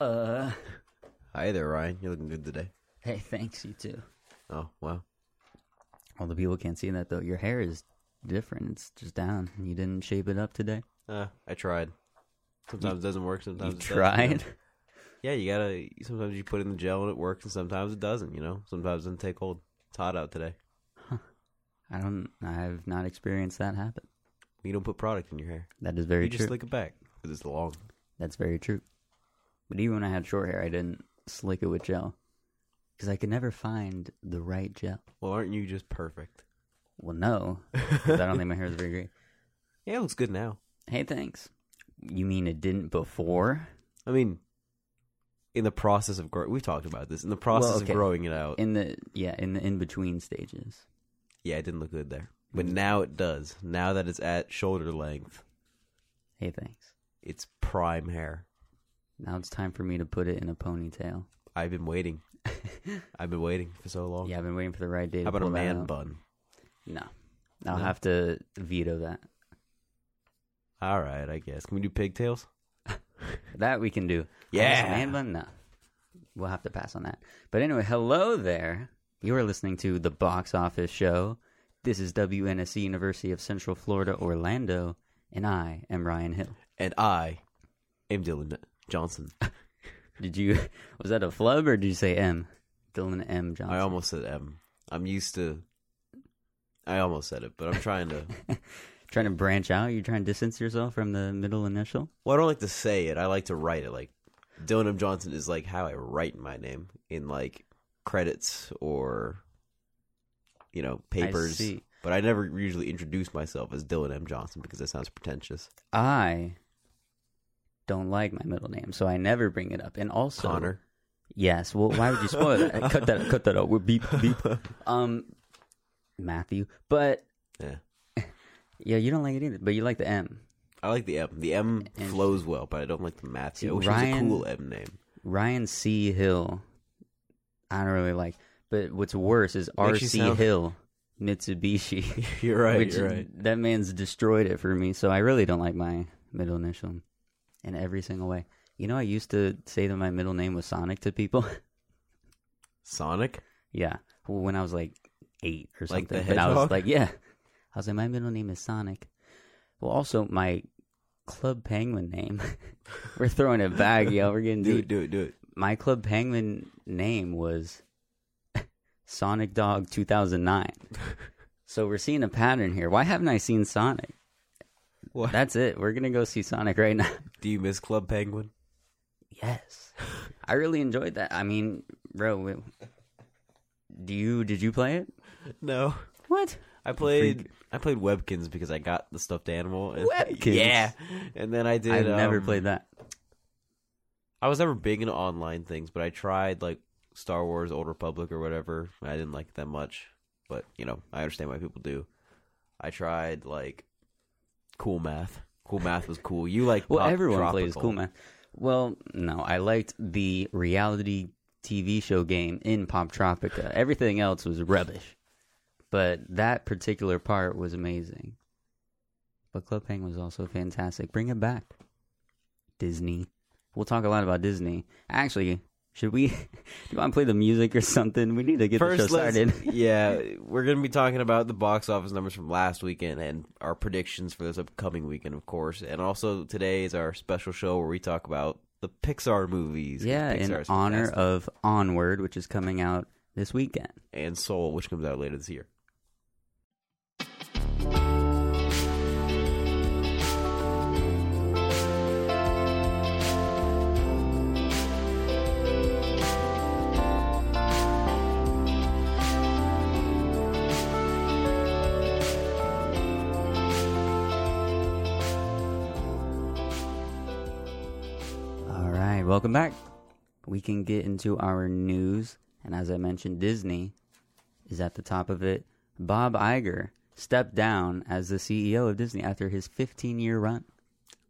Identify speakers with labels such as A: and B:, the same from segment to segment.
A: Uh,
B: Hi there, Ryan. You're looking good today.
A: hey, thanks you too.
B: Oh, wow.
A: All the people can't see that though. Your hair is different. It's just down. You didn't shape it up today.
B: Uh, I tried. Sometimes it doesn't work. Sometimes
A: You
B: it
A: tried.
B: Does, yeah. yeah, you gotta. Sometimes you put in the gel and it works, and sometimes it doesn't. You know, sometimes it doesn't take hold. It's hot out today.
A: I don't. I have not experienced that happen.
B: You don't put product in your hair.
A: That is very
B: you
A: true.
B: just slick it back because it's long.
A: That's very true. But even when I had short hair, I didn't slick it with gel because I could never find the right gel.
B: Well, aren't you just perfect?
A: Well, no, 'cause I don't think my hair is very great.
B: Yeah, it looks good now.
A: Hey, thanks. You mean it didn't before?
B: I mean, in the process of growing, we've talked about this. In the process
A: okay.
B: of growing it out,
A: In the yeah, in the in between stages.
B: yeah, it didn't look good there, but now it does. Now that it's at shoulder length,
A: Hey, thanks.
B: it's prime hair.
A: Now it's time for me to put it in a ponytail.
B: I've been waiting. I've been waiting for so long.
A: Yeah, I've been waiting for the right day.
B: How
A: to
B: about a
A: pull that
B: man
A: out.
B: bun?
A: No, I'll
B: No?
A: have to veto that.
B: All right, I guess. Can we do pigtails?
A: That we can do.
B: Yeah.
A: Honest man bun? No. We'll have to pass on that. But anyway, hello there. You are listening to the Box Office Show. This is WNSC University of Central Florida, Orlando, and I am Ryan Hill.
B: And I am Dylan Johnson.
A: Did you was that a flub or did you say M? Dylan M Johnson.
B: I almost said M. I'm used to. I almost said it, but I'm trying to.
A: trying to branch out? You're trying to distance yourself from the middle initial?
B: well, I don't like to say it. I like to write it. Like Dylan M. Johnson is like how I write my name in like credits or you know papers.
A: see.
B: But I never usually introduce myself as Dylan M. Johnson because that sounds pretentious.
A: I don't like my middle name, so I never bring it up. And also
B: Connor.
A: Yes. Well, why would you spoil that? cut that. Cut that out. We're beep beep. Um, Matthew. But
B: Yeah.
A: yeah, you don't like it either. But you like the M.
B: I like the M. The M flows well, but I don't like the Matthew.
A: See,
B: I wish it was a
A: Ryan-
B: cool M name.
A: Ryan C. Hill. I don't really like. But what's worse is R.
B: Makes you
A: C.
B: sound-
A: Hill Mitsubishi.
B: You're right.
A: which
B: you're right.
A: that man's destroyed it for me. So I really don't like my middle initial in every single way. You know, I used to say that my middle name was Sonic to people.
B: Sonic.
A: Yeah. Well, when I was like eight or
B: Like
A: something.
B: the
A: but I was
B: hedgehog?
A: like, yeah. I was like, my middle name is Sonic. Well, also, my Club Penguin name. we're throwing it back, yo. We're getting
B: Do
A: deep.
B: it, do it, do it.
A: My Club Penguin name was Sonic Dog 2009. so we're seeing a pattern here. Why haven't I seen Sonic?
B: What?
A: That's it. We're going to go see Sonic right now.
B: Do you miss Club Penguin?
A: Yes, I really enjoyed that. I mean, bro, w- do you did you play it?
B: No.
A: What?
B: I played I played Webkins because I got the stuffed animal. And,
A: Webkins?
B: Yeah. And then I did
A: I've never
B: um,
A: played that.
B: I was never big into online things, but I tried like Star Wars Old Republic or whatever. and I didn't like it that much. But, you know, I understand why people do. I tried like Cool Math. Cool Math was cool. You like
A: Well,
B: Pop
A: everyone plays
B: Tropical.
A: Cool Man. Well, no, I liked the reality TV show game in Pop Tropica. Everything else was rubbish, but that particular part was amazing. But Club Hang was also fantastic. Bring it back, Disney. We'll talk a lot about Disney. Actually, should we? do you want to play the music or something? We need to get the show
B: let's-
A: started.
B: yeah, we're going to be talking about the box office numbers from last weekend and our predictions for this upcoming weekend, of course. And also today is our special show where we talk about the Pixar movies. 'cause
A: yeah,
B: Pixar
A: in
B: is
A: honor
B: fantastic.
A: of Onward, which is coming out this weekend.
B: and Soul, which comes out later this year.
A: All right, welcome back. We can get into our news, and as I mentioned, Disney is at the top of it. Bob Iger stepped down as the CEO of Disney after his 15-year run.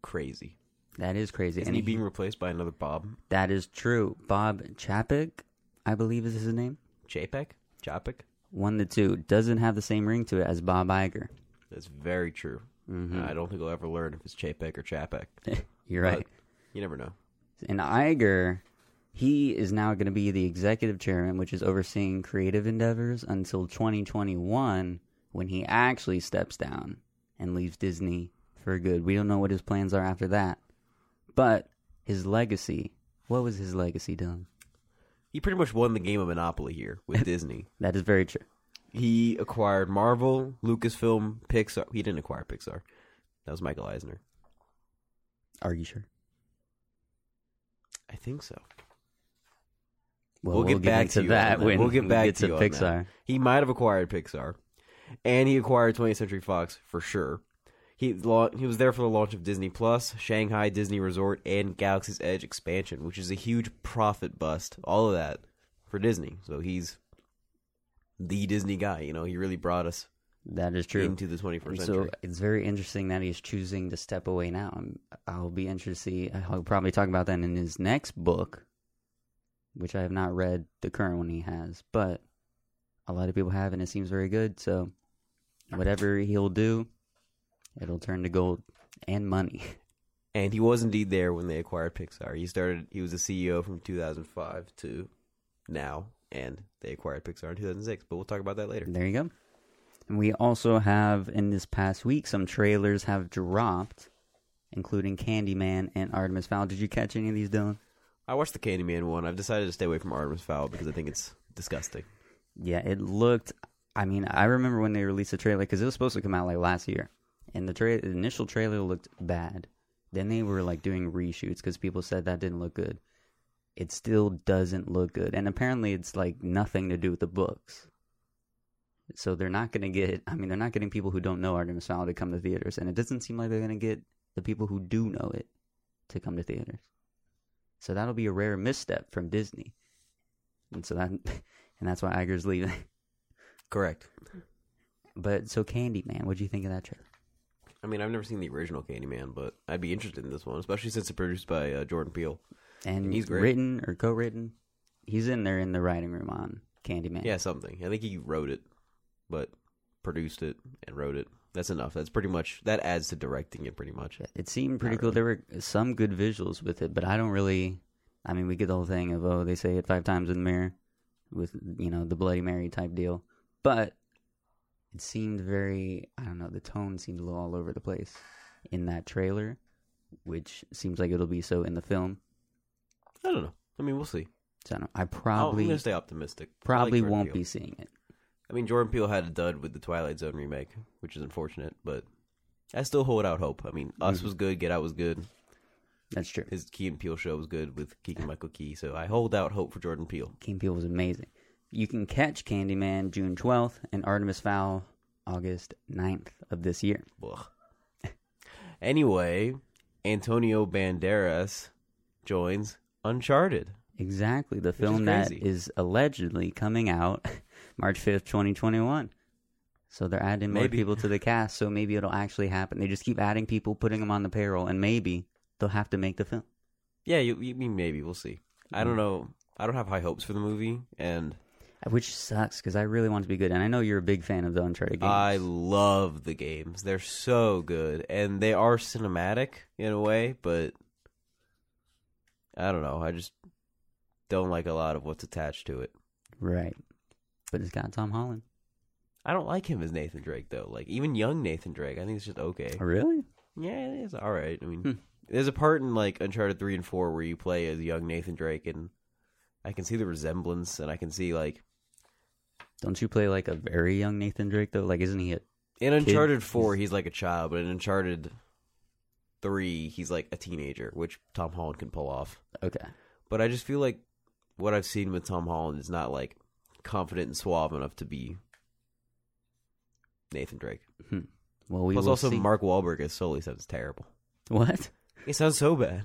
B: Crazy.
A: That is crazy.
B: Isn't he being replaced by another Bob?
A: that is true. Bob Chapek, I believe is his name,
B: Chapek? Chapek?
A: one the two doesn't have the same ring to it as Bob Iger.
B: That's very true.
A: hmm
B: And I don't think I'll ever learn if it's Chapek or Chapek.
A: You're right.
B: You never know.
A: And Iger, he is now going to be the executive chairman, which is overseeing creative endeavors until 2021 when he actually steps down and leaves Disney for good. We don't know what his plans are after that. But his legacy, what was his legacy, Dylan?
B: He pretty much won the game of Monopoly here with Disney.
A: That is very true.
B: He acquired Marvel, Lucasfilm, Pixar. He didn't acquire Pixar. That was Michael Eisner.
A: Are you sure?
B: I think so.
A: Well,
B: We'll get back
A: into
B: to you
A: that
B: on that.
A: when
B: We'll get back
A: we get
B: to you on that.
A: Pixar.
B: He might have acquired Pixar, and he acquired 20th Century Fox for sure. He lau- he was there for the launch of Disney Plus, Shanghai Disney Resort, and Galaxy's Edge expansion, which is a huge profit bust. All of that for Disney. So he's the Disney guy. You know, he really brought us
A: That is true.
B: into the 21st
A: And
B: century.
A: So it's very interesting that he's choosing to step away now. I'm- I'll be interested to see. I'll probably talk about that in his next book, which I have not read the current one he has, but a lot of people have, and it seems very good. So whatever he'll do, it'll turn to gold and money.
B: and he was indeed there when they acquired Pixar. He started. He was the CEO from 2005 to now, and they acquired Pixar in 2006. But we'll talk about that later.
A: There you go. And we also have in this past week some trailers have dropped, including Candyman and Artemis Fowl. Did you catch any of these, Dylan?
B: I watched the Candyman one. I've decided to stay away from Artemis Fowl because I think it's disgusting.
A: Yeah, it looked. I mean, I remember when they released the trailer because it was supposed to come out like last year, and the, tra- the initial trailer looked bad. Then they were like doing reshoots because people said that didn't look good. It still doesn't look good, and apparently it's like nothing to do with the books. So they're not going to get. I mean, they're not getting people who don't know Artemis Fowl to come to theaters, and it doesn't seem like they're going to get the people who do know it to come to theaters. So that'll be a rare misstep from Disney, and so that, and that's why Iger's leaving.
B: Correct.
A: But so Candyman, what do you think of that trailer?
B: I mean, I've never seen the original Candyman, but I'd be interested in this one, especially since it's produced by uh, Jordan Peele.
A: And
B: He's
A: he's
B: great.
A: written or co-written. He's in there in the writing room on Candyman.
B: Yeah, something. I think he wrote it, but produced it and wrote it. That's enough. That's pretty much. That adds to directing it pretty much.
A: It seemed pretty
B: Not
A: cool. There were some good visuals with it, but I don't really. I mean, we get the whole thing of oh, they say it five times in the mirror, with you know the Bloody Mary type deal. But it seemed very. I don't know. The tone seemed a little all over the place in that trailer, which seems like it'll be so in the film.
B: I don't know. I mean, we'll see.
A: So I, don't, I
B: I'll- I'm
A: probably
B: gonna stay optimistic. I Oh, like
A: probably
B: Jordan
A: won't
B: Peele.
A: be seeing it.
B: I mean, Jordan Peele had a dud with the Twilight Zone remake, which is unfortunate, but I still hold out hope. I mean, Us was good, Get Out was good,
A: That's true.
B: his Key and Peele show was good with Keegan Michael Key, so I hold out hope for Jordan Peele.
A: King Peel was amazing. You can catch Candyman June 12th and Artemis Fowl August 9th of this year.
B: Ugh. Anyway, Antonio Banderas joins Uncharted.
A: Exactly, the film that
B: crazy.
A: is allegedly coming out March 5th, 2021. So they're adding more
B: Maybe.
A: people to the cast, so maybe it'll actually happen. They just keep adding people, putting them on the payroll, and maybe they'll have to make the film.
B: Yeah, you, you mean maybe we'll see. I don't know. I don't have high hopes for the movie, and
A: Which sucks, because I really want it to be good. And I know you're a big fan of the Uncharted games.
B: I love the games. They're so good, and they are cinematic in a way, but I don't know. I just don't like a lot of what's attached to it.
A: right. But it's got Tom Holland.
B: I don't like him as Nathan Drake though. Like even young Nathan Drake, I think it's just okay.
A: Really?
B: Yeah, it's all right. I mean,
A: Hmm.
B: there's a part in like Uncharted three and four where you play as young Nathan Drake, and I can see the resemblance, and I can see like
A: Don't you play like a very young Nathan Drake, though? Like, isn't he a
B: in Uncharted four he's like a child, but in Uncharted three he's like a teenager, which Tom Holland can pull off.
A: Okay.
B: But I just feel like what I've seen with Tom Holland is not like confident and suave enough to be Nathan Drake.
A: Well, we
B: Plus,
A: will
B: also
A: see.
B: Mark Wahlberg as Sully sounds terrible.
A: what?
B: It sounds so bad.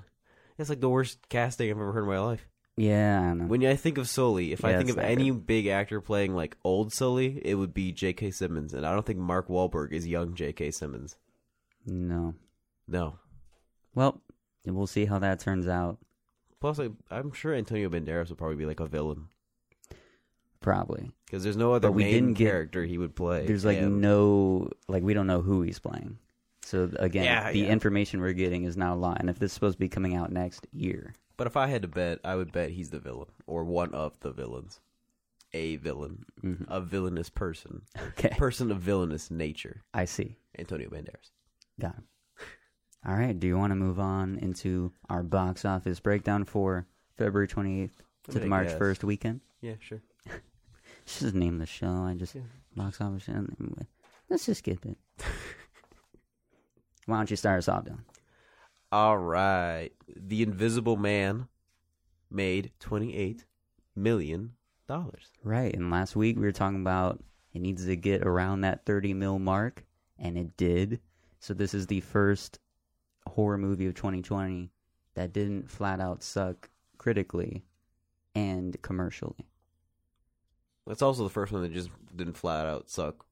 B: It's like the worst casting I've ever heard in my life.
A: Yeah, I know.
B: When I think of Sully, if I
A: Mm. Yeah,
B: think
A: it's
B: of
A: not
B: any big actor playing like old Sully, it would be J.K. Simmons, and I don't think Mark Wahlberg is young J.K. Simmons.
A: no.
B: No.
A: Well, we'll see how that turns out.
B: Plus, I, I'm sure Antonio Banderas would probably be like a villain
A: Probably.
B: because there's no other
A: But we
B: main
A: didn't get-
B: character he would play.
A: There's like
B: and
A: no, like we don't know who he's playing. So th- again,
B: Yeah,
A: the
B: yeah.
A: information we're getting is not a lot, and if this is supposed to be coming out next year,
B: But if I had to bet, I would bet he's the villain or one of the villains. A villain,
A: Mm-hmm.
B: a villainous person,
A: okay,
B: person of villainous nature.
A: I see.
B: Antonio Banderas.
A: Got it. All right. Do you want to move on into our box office breakdown for February 28th to the
B: I
A: March
B: guess.
A: 1st weekend?
B: Yeah, sure.
A: Let's just name the show. I just
B: Yeah.
A: box office. and- Let's just skip it. Why don't you start us off, Dylan?
B: All right. The Invisible Man made twenty-eight million dollars.
A: Right. And last week we were talking about it needs to get around that 30 mil mark, and it did. So this is the first horror movie of 2020 that didn't flat out suck critically and commercially.
B: That's also the first one that just didn't flat out suck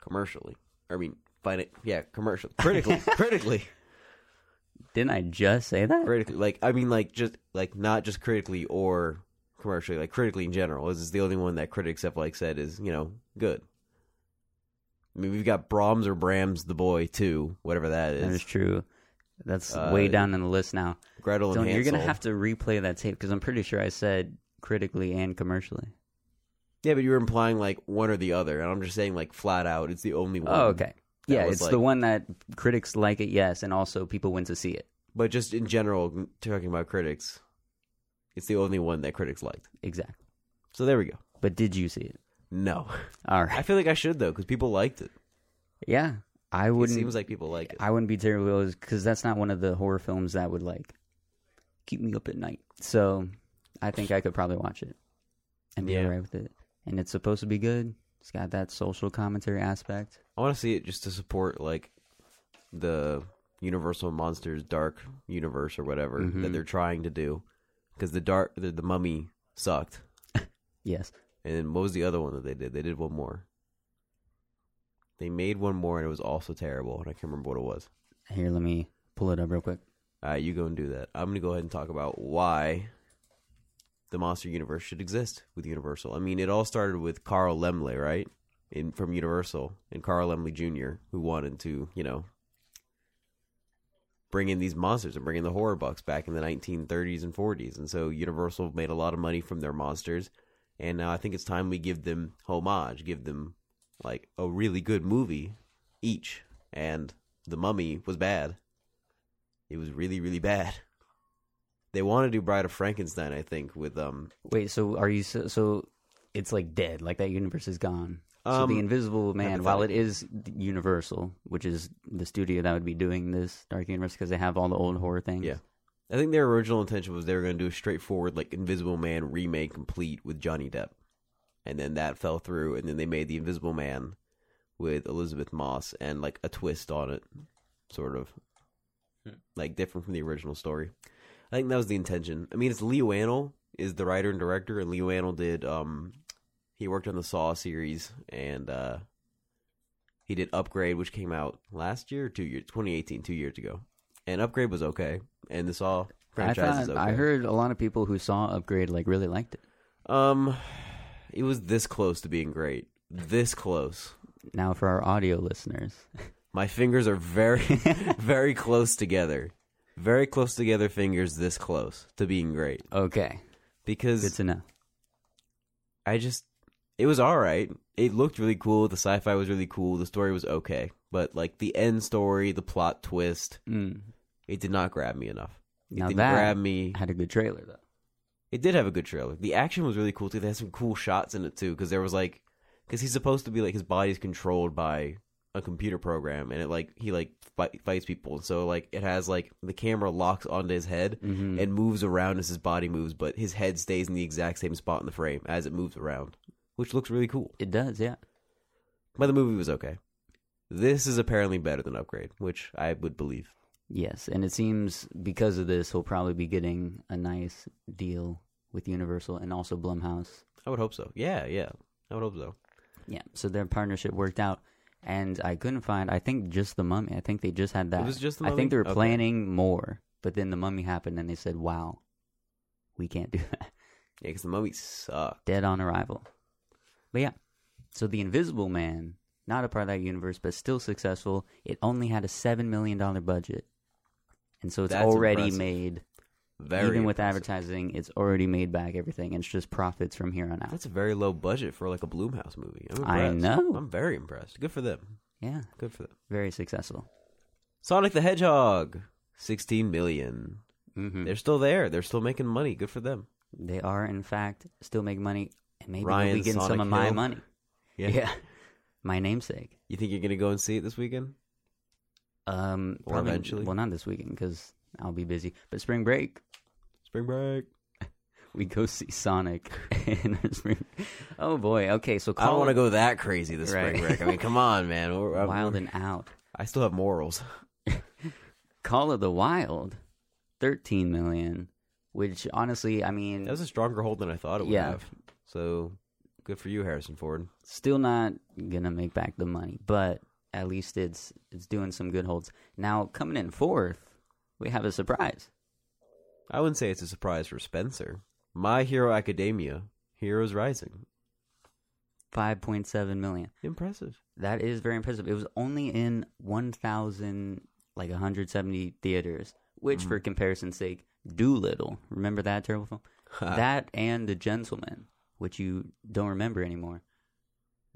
B: commercially. I mean, find it, yeah, commercially, critically, critically,
A: Didn't I just say that?
B: critically. Like, I mean, like just like not just critically or commercially, like critically in general. This is the only one that critics have like said is you know good. I mean, we've got Brahms or Brams the boy too, whatever that
A: That is
B: is.
A: true. That's
B: Uh,
A: way down in the list now.
B: Gretel
A: Don't,
B: and
A: you're
B: Hansel.
A: going to have to replay that tape because I'm pretty sure I said critically and commercially.
B: Yeah, but you were implying like one or the other, and I'm just saying like flat out, it's the only one.
A: Oh, okay.
B: That
A: yeah,
B: was
A: it's
B: like-
A: the one that critics like it, yes, and also people went to see it.
B: But just in general, n- talking about critics, it's the only one that critics liked.
A: Exactly.
B: So there we go.
A: But did you see it?
B: No,
A: All
B: I
A: right.
B: feel like I should though, because people liked it.
A: Yeah, I
B: It
A: wouldn't.
B: seems like people like it.
A: I wouldn't be terribly because that's not one of the horror films that would like keep me up at night. So I think I could probably watch it and be
B: Yeah.
A: alright with it. And it's supposed to be good. It's got that social commentary aspect.
B: I want to see it just to support like the Universal Monsters Dark Universe or whatever
A: Mhm.
B: that they're trying to do, because the dark the, the Mummy sucked,
A: Yes.
B: and then what was the other one that they did? They did one more. They made one more, and it was also terrible, and I can't remember what it was.
A: Here, let me pull it up real quick.
B: All right, you go and do that. I'm going to go ahead and talk about why the monster universe should exist with Universal. I mean, it all started with Carl Lemley, right? In from Universal and Carl Lemley Jr., who wanted to, you know, bring in these monsters and bring in the horror bucks back in the 1930s and 40s. And so Universal made a lot of money from their monsters, and now I think it's time we give them homage, give them like a really good movie each. And The Mummy was bad. It was really, really bad. They want to do Bride of Frankenstein, I think, with um.
A: Wait, so are you so, so it's like dead, like that universe is gone. so
B: Um,
A: the Invisible Man, while it is Universal, which is the studio that would be doing this Dark Universe because they have all the old horror things.
B: Yeah. I think their original intention was they were going to do a straightforward like Invisible Man remake complete with Johnny Depp, and then that fell through, and then they made the Invisible Man with Elizabeth Moss and like a twist on it, sort of, like different from the original story. I think that was the intention. I mean, it's Lee Wannell is the writer and director, and Lee Wannell did um, he worked on the Saw series and uh, he did Upgrade, which came out last year, or two years, 2018, two years ago, and Upgrade was okay, and the Saw
A: I
B: franchise
A: thought
B: is okay.
A: I heard a lot of people who saw Upgrade like really liked it.
B: um, it was this close to being great, this close.
A: Now for our audio listeners,
B: My fingers are very, very close together. Very close together fingers this close to being great.
A: okay, good
B: Because
A: to know.
B: I just, it was alright. It looked really cool. The sci fi was really cool. The story was okay. But, like, the end story, the plot twist,
A: Mm.
B: it did not grab me enough. It
A: Now
B: didn't
A: that
B: grab me.
A: had a good trailer though.
B: It did have a good trailer. The action was really cool, too. They had some cool shots in it, too. Because there was, like, because he's supposed to be, like, his body's controlled by a computer program and it like he like fight, fights people and so like it has like the camera locks onto his head
A: Mhm.
B: and moves around as his body moves but his head stays in the exact same spot in the frame as it moves around which looks really cool
A: It does, yeah.
B: but the movie was okay this is apparently better than upgrade which i would believe
A: Yes, and it seems because of this, he'll probably be getting a nice deal with Universal and also Blumhouse.
B: i would hope so yeah yeah i would hope so
A: Yeah, so their partnership worked out, and I couldn't find. I think just the mummy. I think they just had that.
B: was just The
A: I think
B: Mummy?
A: they were
B: Okay.
A: planning more, but then the mummy happened, and they said, "Wow, we can't do that."
B: yeah because the movie sucked
A: Dead on arrival. But yeah, so the Invisible Man not a part of that universe, but still successful. It only had a seven million dollar budget, and so it's
B: That's
A: already
B: impressive.
A: made.
B: Very
A: even with
B: impressive.
A: advertising, it's already made back everything, and it's just profits from here on out.
B: That's a very low budget for like a Bloomhouse movie. I'm
A: I
B: impressed.
A: know.
B: I'm very impressed. Good for them.
A: yeah,
B: Good for them.
A: very successful.
B: Sonic the Hedgehog, 16 million.
A: hmm
B: They're still there. They're still making money. Good for them.
A: They are, in fact, still making money, and maybe
B: Ryan
A: they'll be getting some of
B: Sonic
A: my
B: Hill.
A: money.
B: Yeah.
A: my namesake.
B: You think you're gonna go and see it this weekend?
A: Um,
B: Or eventually.
A: Well, not this weekend because I'll be busy. But spring break,
B: Spring break.
A: we go see Sonic. and spring... Oh boy. Okay, so
B: I don't
A: call
B: want to
A: it
B: go that crazy this
A: Right.
B: spring break. I mean, come on, man. We're- I'm-
A: Wild and Out.
B: I still have morals.
A: Call of the Wild, thirteen million. Which honestly, I mean,
B: That was a stronger hold than I thought it would
A: Mm. Yeah.
B: have. So good for you, Harrison Ford.
A: still not gonna make back the money, but at least it's it's doing some good holds. Now coming in fourth, we have a surprise.
B: I wouldn't say it's a surprise for Spencer. My Hero Academia, Heroes Rising,
A: Five point seven million.
B: impressive.
A: That is very impressive. It was only in one thousand like hundred seventy theaters, which
B: Mm.
A: for comparison's sake, Doolittle. Remember that terrible film?
B: Uh.
A: that and The Gentleman, which you don't remember anymore.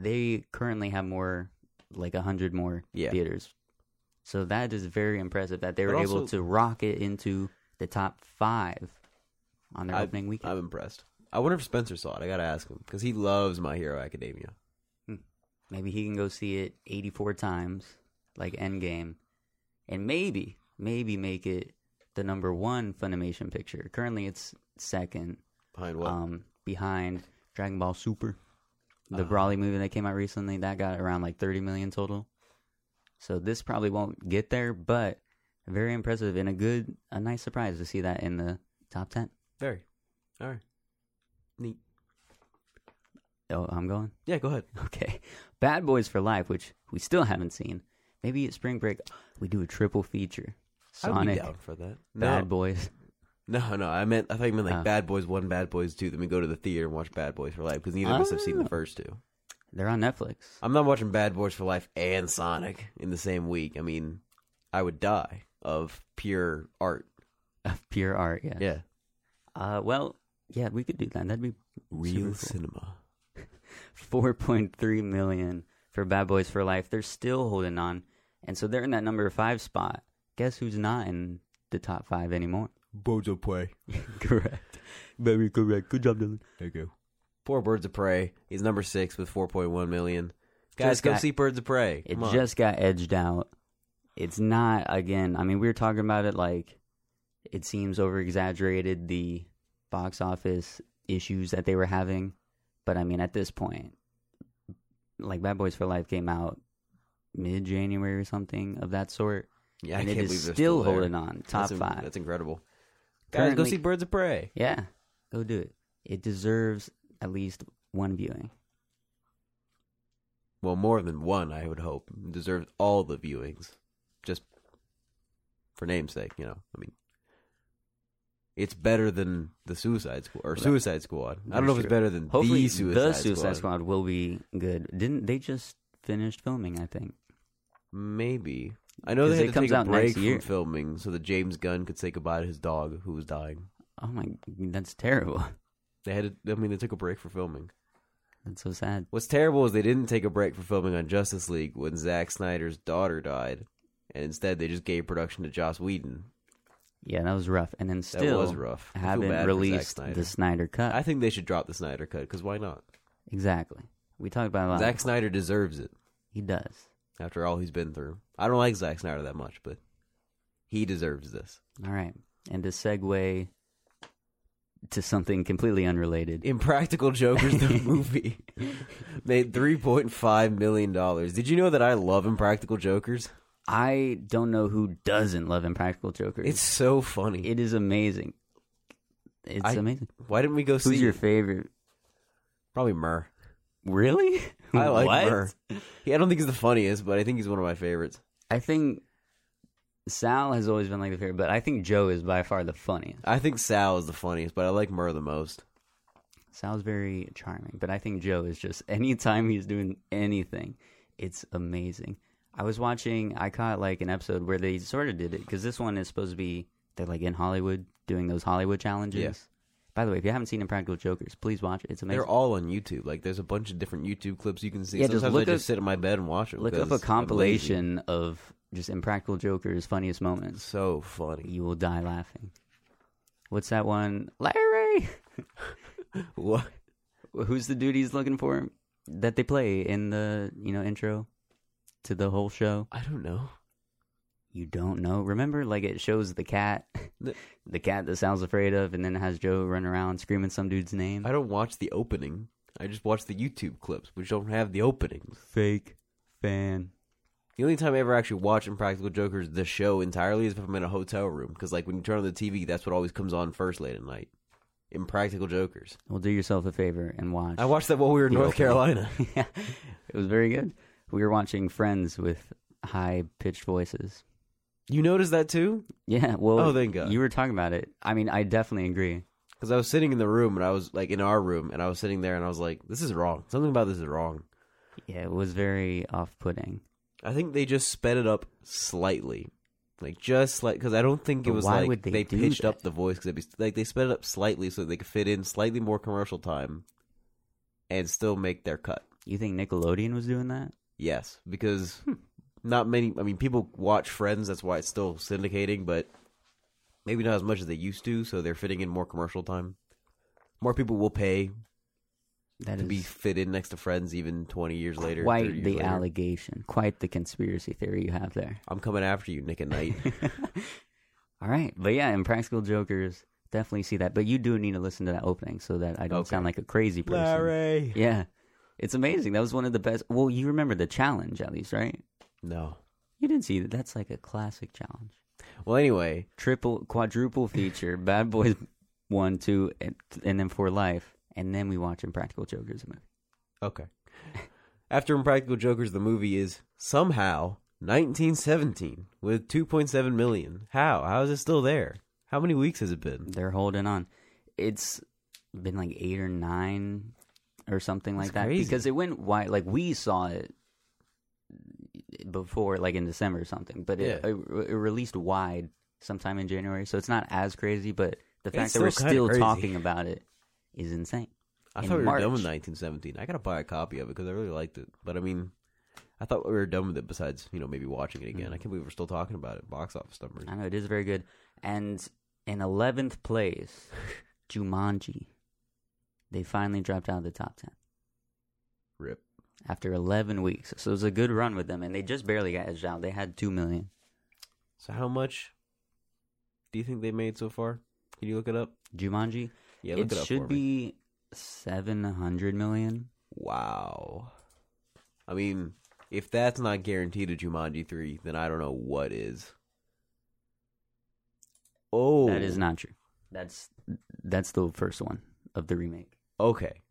A: They currently have more like a hundred more
B: Yeah.
A: theaters. So that is very impressive that they
B: But
A: were able
B: also-
A: to rocket into the top five on their
B: I-
A: opening weekend.
B: I'm impressed. I wonder if Spencer saw it. I gotta ask him because he loves My Hero Academia.
A: Maybe he can go see it 84 times, like Endgame, and maybe, maybe make it the number one Funimation picture. Currently, it's second,
B: Behind what?
A: um, behind Dragon Ball Super, the Brawly movie that came out recently. That got around like 30 million total. So this probably won't get there, but very impressive and a good, a nice surprise to see that in the top 10.
B: Very. All right. Neat.
A: Oh, I'm going.
B: Yeah, go ahead.
A: Okay. Bad Boys for Life, which we still haven't seen. Maybe at spring break we do a triple feature.
B: I'd be
A: Sonic,
B: down for that.
A: Bad
B: no,
A: Boys.
B: no, no. I meant. I thought you meant like
A: Oh.
B: Bad Boys One, Bad Boys Two. Then we go to the theater and watch Bad Boys for Life because neither of us have seen the
A: Oh.
B: first two.
A: They're on Netflix.
B: I'm not watching Bad Boys for Life and Sonic in the same week. I mean, I would die of pure art.
A: Of pure art, yeah.
B: Yeah,
A: Uh well, yeah, we could do that. That'd be super
B: real cinema.
A: cool. 4.3 million for Bad Boys for Life. They're still holding on. And so they're in that number 5 spot. Guess who's not in the top 5 anymore?
B: Bozo play.
A: correct. Very correct. Good job, Dylan.
B: There you go. Poor Birds of Prey. He's number six with 4.1 million. Guys,
A: Just
B: go
A: got-
B: see Birds of Prey.
A: It
B: Come on.
A: just got edged out. It's not again. I mean, we were talking about it like it seems over exaggerated the box office issues that they were having, but I mean, at this point, like Bad Boys for Life came out mid January or something of that sort,
B: yeah, I
A: and
B: can't
A: it
B: believe
A: is
B: they're
A: still,
B: there.
A: holding on top
B: That's in-
A: five.
B: That's incredible. Guys, go
A: Currently-
B: see Birds of Prey.
A: yeah, go do it. It deserves at least one viewing.
B: Well, more than one, I would hope. Deserves all the viewings. Just for namesake, you know. I mean, it's better than the Suicide Squad or Suicide Squad. I don't know if it's
A: true.
B: better than
A: Hopefully,
B: the Suicide,
A: Suicide Squad will be good. Didn't they just finished filming? I think.
B: Maybe. I know
A: 'Cause
B: they had
A: it
B: to
A: comes
B: take a
A: out next
B: break
A: year.
B: from filming so that James Gunn could say goodbye to his dog who was dying.
A: Oh my, that's terrible.
B: They had, to, I mean, they took a break for filming.
A: That's so sad.
B: What's terrible is they didn't take a break for filming on Justice League when Zack Snyder's daughter died, and instead they just gave production to Joss Whedon.
A: Yeah, that was rough. And then
B: That
A: still,
B: was rough. I feel bad
A: haven't
B: for Zack
A: released
B: Snyder.
A: the Snyder cut.
B: I think they should drop the Snyder cut because why not?
A: exactly. We talked about it a lot.
B: Zack Snyder deserves it
A: he does.
B: after all he's been through. I don't like Zack Snyder that much, but he deserves this.
A: All right. And to segue to something completely unrelated,
B: Impractical Jokers the movie made 3.5 million dollars. Did you know that I love Impractical Jokers?
A: I don't know who doesn't love Impractical Jokers.
B: It's so funny.
A: it is amazing. It's
B: I-
A: amazing.
B: why didn't we go see
A: Who's your
B: it?
A: favorite?
B: Probably Murr.
A: Really?
B: I like
A: What?
B: Murr. Yeah, I don't think he's the funniest, but I think he's one of my favorites.
A: I think Sal has always been like the favorite, but I think Joe is by far the funniest.
B: I think Sal is the funniest, but I like Murr the most.
A: Sal's very charming, but I think Joe is just anytime he's doing anything, It's amazing. I was watching. I caught like an episode where they sort of did it because this one is supposed to be they're like in Hollywood doing those Hollywood challenges.
B: Yes.
A: By the way, if you haven't seen Impractical Jokers, please watch it. It's amazing.
B: They're all on YouTube. Like there's a bunch of different YouTube clips you can see.
A: Yeah, just
B: Sometimes
A: look
B: I
A: up-
B: just sit in my bed and watch it.
A: Look
B: because
A: up a
B: I'm lazy.
A: compilation of just Impractical Jokers' funniest moments.
B: So funny.
A: You will die laughing. What's that one? Larry!
B: What?
A: Who's the dude he's looking for that they play in the, you know, intro to the whole show?
B: I don't know.
A: You don't know. Remember, like, it shows the cat,
B: The-
A: the cat that Sal's afraid of, and then it has Joe run around screaming some dude's name.
B: I don't watch the opening. I just watch the YouTube clips, which don't have the openings.
A: Fake fan.
B: The only time I ever actually watch Impractical Jokers the show entirely is if I'm in a hotel room because like when you turn on the TV, that's what always comes on first late at night. Impractical Jokers.
A: Well, do yourself a favor and watch.
B: I watched that while we were in
A: The
B: North
A: opening.
B: Carolina.
A: yeah, it was very good. We were watching Friends with high pitched voices.
B: You noticed that too?
A: Yeah, well,
B: Oh, thank God.
A: you were talking about it. I mean, I definitely agree.
B: Because I was sitting in the room and I was like in our room and I was sitting there and I was like, this is wrong. Something about this is wrong.
A: Yeah, it was very off putting.
B: I think they just sped it up slightly, like just like because I don't think it
A: But
B: was
A: why
B: like
A: would they do
B: pitched
A: that?
B: up the voice because be like they sped it up slightly so they could fit in slightly more commercial time and still make their cut.
A: You think Nickelodeon was doing that?
B: Yes, because
A: Hmm.
B: not many. I mean, people watch Friends, that's why it's still syndicating, but maybe not as much as they used to. So they're fitting in more commercial time. More people will pay
A: That
B: to
A: is
B: be fit in next to Friends, even twenty years later. 30
A: quite
B: years
A: the
B: later.
A: allegation, quite the conspiracy theory you have there.
B: I'm coming after you, Nick and Knight.
A: All right, but yeah, Impractical Jokers definitely see that. But you do need to listen to that opening so that I don't
B: Okay.
A: sound like a crazy person.
B: Larry.
A: Yeah, it's amazing. That was one of the best. Well, you remember the challenge at least, right?
B: No.
A: You didn't see that. That's like a classic challenge.
B: Well, anyway,
A: Triple, quadruple feature: Bad Boys One, Two, and, and then For Life. And then we watch Impractical Jokers the movie.
B: Okay. After Impractical Jokers, the movie is somehow 1917 with 2.7 million. How? How is it still there? How many weeks has it been?
A: They're holding on. It's been like eight or nine or something like
B: That's
A: that
B: crazy.
A: because it went wide. Like we saw it before, like in December or something, but it,
B: Yeah.
A: it, it released wide sometime in January, so it's not as crazy. But the fact
B: It's
A: that we're
B: still kinda
A: still
B: crazy.
A: talking about it is insane.
B: I
A: In
B: thought we were done with
A: March.
B: 1917. I gotta buy a copy of it because I really liked it. But I mean, I thought we were done with it. Besides, you know, maybe watching it again. I can't believe we're still talking about it. Box office numbers.
A: Mm. I know it is very good. And in eleventh place, Jumanji. They finally dropped out of the top ten
B: Rip.
A: after eleven weeks. So it was a good run with them, and they just barely got edged out. They had two million.
B: So how much do you think they made so far? Can you look it up?
A: Jumanji.
B: Yeah,
A: it
B: look it, up.
A: should
B: for me.
A: be seven hundred million.
B: Wow. I mean, if that's not guaranteed a Jumanji 3, then I don't know what is. Oh.
A: That is not true. That's that's the first one of the remake.
B: Okay.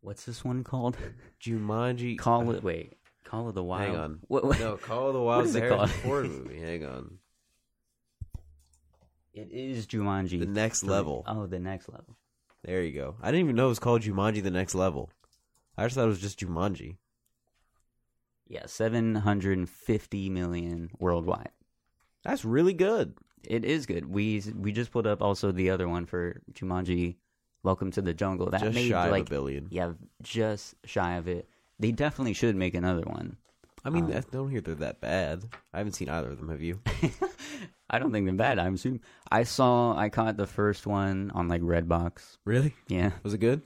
A: What's this one called?
B: Jumanji.
A: Call it. Wait. Call of the Wild.
B: Hang on.
A: What, what-
B: No, Call of the Wild
A: What
B: is
A: is
B: the
A: it
B: Harrison
A: called?
B: Ford movie. Hang on.
A: It is Jumanji.
B: The Next
A: three.
B: Level.
A: Oh, the next level.
B: There you go. I didn't even know it was called Jumanji the Next Level. I just thought it was just Jumanji.
A: Yeah, 750 million worldwide.
B: That's really good.
A: It is good. We we just pulled up also the other one for Jumanji Welcome to the Jungle. That
B: just
A: made
B: shy
A: like
B: of a billion.
A: yeah, just shy of it. They definitely should make another one.
B: I mean,
A: um,
B: I don't hear they're that bad. I haven't seen either of them, have you?
A: I don't think they're bad. I'm assuming. I saw I caught the first one on like Redbox.
B: really?
A: Yeah,
B: Was it good?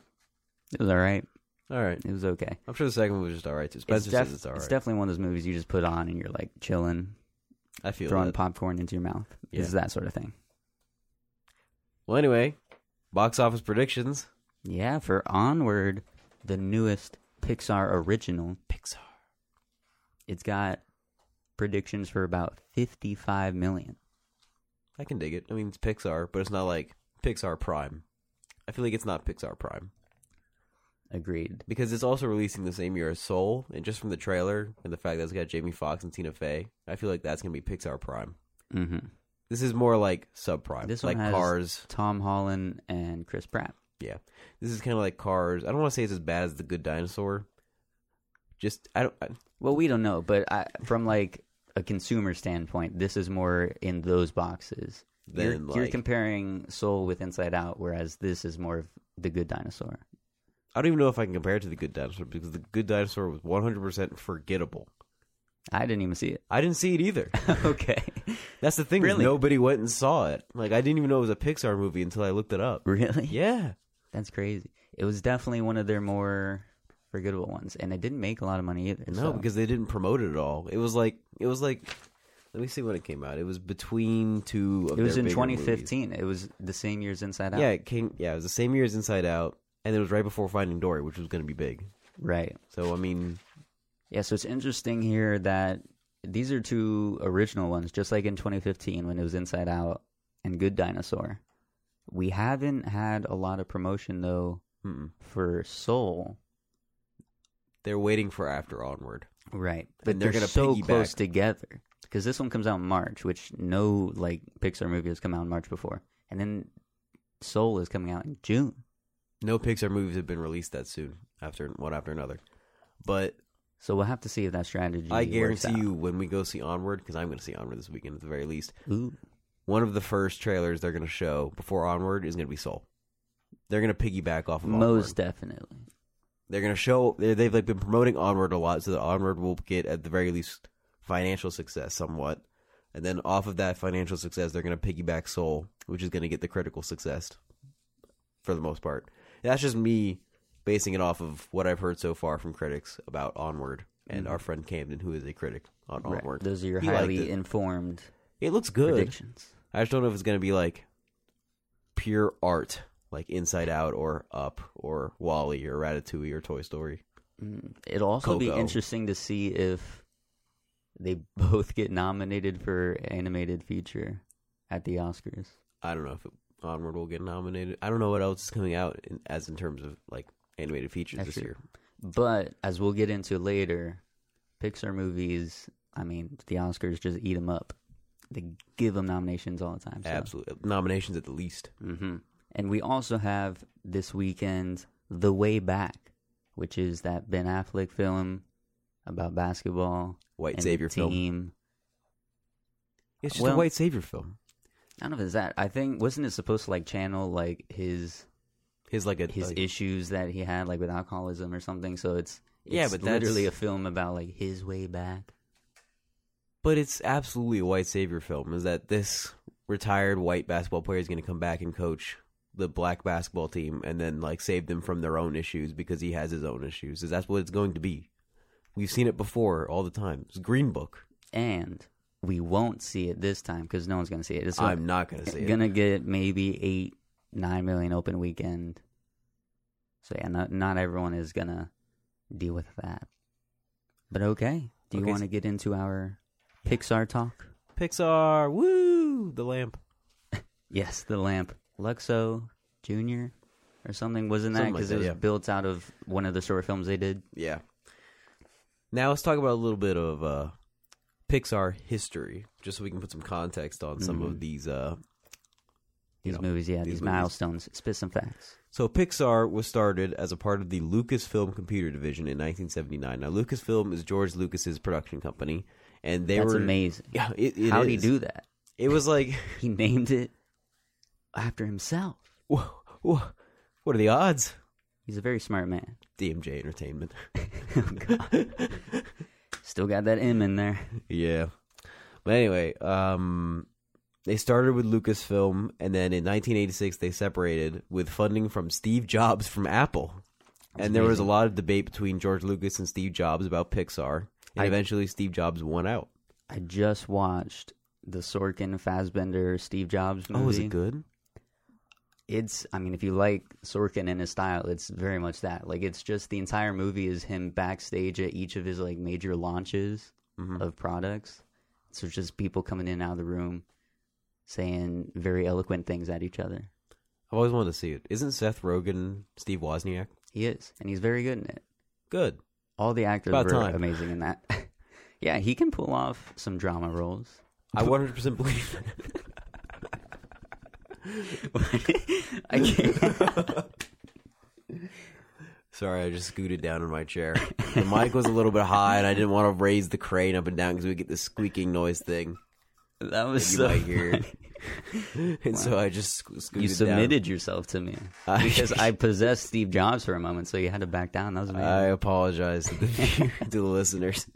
A: it was all right.
B: All right.
A: It was okay.
B: I'm sure the second one was just all right, too. Spencer
A: it's, def-
B: says it's all right.
A: it's definitely one of those movies you just put on and you're like chilling,
B: I feel
A: throwing
B: that.
A: popcorn into your mouth.
B: Yeah.
A: It's that sort of thing.
B: Well, anyway, box office predictions.
A: Yeah, for Onward, the newest Pixar original,
B: Pixar.
A: it's got predictions for about 55 million.
B: I can dig it. I mean, it's Pixar, but it's not like Pixar Prime. I feel like it's not Pixar Prime
A: Agreed.
B: because it's also releasing the same year as Soul, and just from the trailer and the fact that it's got Jamie Foxx and Tina Fey, I feel like that's gonna be Pixar Prime.
A: hmm
B: This is more like subprime,
A: This
B: like
A: one has-
B: Cars.
A: Tom Holland and Chris Pratt.
B: Yeah, this is kind of like Cars. I don't want to say it's as bad as The Good Dinosaur, Just I don't. I,
A: Well, we don't know, but I, from like a consumer standpoint, this is more in those boxes. You're,
B: Then,
A: you're
B: like-
A: comparing Soul with Inside Out, whereas this is more of the Good Dinosaur.
B: I don't even know if I can compare it to the Good Dinosaur because the Good Dinosaur was 100% forgettable.
A: I didn't even see it.
B: I didn't see it either.
A: okay,
B: That's the thing. is
A: Really?
B: Nobody went and saw it. Like I didn't even know it was a Pixar movie until I looked it up.
A: really?
B: Yeah.
A: That's crazy. It was definitely one of their more forgettable ones, and it didn't make a lot of money either.
B: No,
A: so-
B: because they didn't promote it at all. It was like it was like let me see when it came out. It was between two of
A: it was
B: their
A: in
B: bigger movies.
A: 2015. It was the same year as Inside Out.
B: Yeah, it came yeah, it was the same year as Inside Out and it was right before Finding Dory, which was going to be big.
A: right.
B: So I mean,
A: Yeah, so it's interesting here that these are two original ones, just like in 2015 when it was Inside Out and Good Dinosaur. We haven't had a lot of promotion though
B: mm-mm.
A: for Soul,
B: they're waiting for after Onward.
A: right? But
B: And
A: they're,
B: they're gonna
A: so
B: piggyback-
A: close together because this one comes out in March, which no like Pixar movie has come out in March before, and then Soul is coming out in June.
B: No Pixar movies have been released that soon after one after another. But
A: So we'll have to see if that strategy.
B: I
A: works
B: guarantee
A: out.
B: you, when we go see Onward, because I'm going to see Onward this weekend at the very least,
A: Ooh,
B: one of the first trailers they're going to show before Onward is going to be Soul. They're going to piggyback off of
A: most
B: Onward.
A: definitely.
B: They're going to show they- they've like been promoting Onward a lot, so that Onward will get at the very least financial success somewhat, and then off of that financial success, they're going to piggyback Soul, which is going to get the critical success for the most part. That's just me basing it off of what I've heard so far from critics about Onward and our friend Camden, who is a critic on
A: Right.
B: Onward.
A: Those are your
B: He liked
A: highly
B: it.
A: informed
B: It looks good.
A: predictions.
B: I just don't know if it's going to be like pure art, like Inside Out or Up or Wally or Ratatouille or Toy Story.
A: Mm, It'll also be
B: Coco.
A: interesting to see if they both get nominated for animated feature at the Oscars.
B: I don't know if it, Onward will get nominated. I don't know what else is coming out in, as in terms of like animated features
A: That's
B: this
A: true.
B: year.
A: But as we'll get into later, Pixar movies, I mean, the Oscars just eat them up. They give them nominations all the time. So.
B: Absolutely, uh, nominations at the least.
A: hmm And we also have this weekend The Way Back, which is that Ben Affleck film about basketball
B: White
A: and the
B: savior film.
A: team.
B: It's just
A: Well-
B: a white savior film.
A: I don't know if it's that. I think wasn't it supposed to like channel like his
B: His like a
A: his
B: like-
A: issues that he had like with alcoholism or something. So it's, it's
B: Yeah, but that's-
A: literally a film about like his way back.
B: but it's absolutely a white savior film. Is that this retired white basketball player is going to come back and coach the black basketball team and then like save them from their own issues because he has his own issues? Is that's what it's going to be? We've seen it before all the time. It's Green Book.
A: And we won't see it this time because no one's gonna see it. It's
B: I'm not going to say it.
A: gonna get maybe eight nine million open weekend. So yeah, not not everyone is gonna deal with that. But okay, do you
B: Okay,
A: want to get into our Pixar talk?
B: Pixar. Woo! The lamp.
A: Yes, the lamp. Luxo Jr. or something, wasn't that?
B: Something like
A: Because
B: that,
A: it was
B: yeah.
A: built out of one of the short films they did.
B: Yeah. Now let's talk about a little bit of uh, Pixar history, just so we can put some context on some
A: Mm-hmm.
B: of these. Uh,
A: These
B: You know,
A: movies, yeah, these,
B: these movies.
A: milestones. Spit some facts.
B: so Pixar was started as a part of the Lucasfilm Computer Division in 1979. Now Lucasfilm is George Lucas's production company, and they
A: That's
B: were
A: amazing.
B: Yeah, it, it
A: How'd he
B: is.
A: do that?
B: It was like,
A: He named it after himself.
B: whoa, whoa, what are the odds?
A: He's a very smart man.
B: DMJ Entertainment.
A: Oh, Still got that M in there.
B: Yeah. But anyway, um, they started with Lucasfilm, and then in 1986 they separated with funding from Steve Jobs from Apple. and there was a lot of debate between George Lucas and Steve Jobs about Pixar, and
A: I-
B: eventually Steve Jobs won out.
A: I just watched the Sorkin, Fassbender, Steve Jobs movie.
B: Oh, is it good?
A: it's I mean, if you like Sorkin and his style, it's very much that. Like it's just the entire movie is him backstage at each of his like major launches of products. So it's just people coming in and out of the room saying very eloquent things at each other.
B: I've always wanted to see it. Isn't Seth Rogen Steve Wozniak?
A: He is, and he's very good in it.
B: Good.
A: All the actors
B: About
A: were
B: time.
A: amazing in that. yeah, he can pull off some drama roles.
B: I 100% believe that.
A: I can't.
B: Sorry, I just scooted down in my chair. The mic was a little bit high, and I didn't want to raise the crane up and down because we get this squeaking noise thing
A: That
B: that
A: was
B: you
A: so.
B: might hear.
A: funny.
B: and so I just sc- scooted
A: You submitted yourself to me
B: down.
A: because I possessed Steve Jobs for a moment, so you had to back down. That was amazing.
B: I apologize to the, view- to the listeners.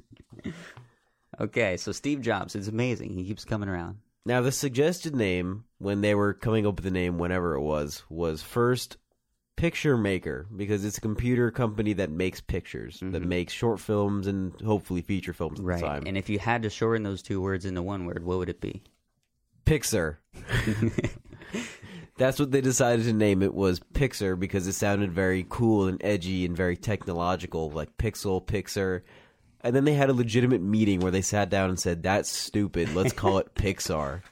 A: okay, so Steve Jobs, it's amazing. He keeps coming around.
B: Now, the suggested name when they were coming up with the name, whenever it was, was first Picture Maker because it's a computer company that makes pictures, that makes short films and hopefully feature films at
A: Mm-hmm. Right.
B: the time.
A: And if you had to shorten those two words into one word, what would it be?
B: Pixar. That's what they decided to name it was Pixar because it sounded very cool and edgy and very technological, like Pixel, Pixar. And then they had a legitimate meeting where they sat down and said, "That's stupid. Let's call it Pixar."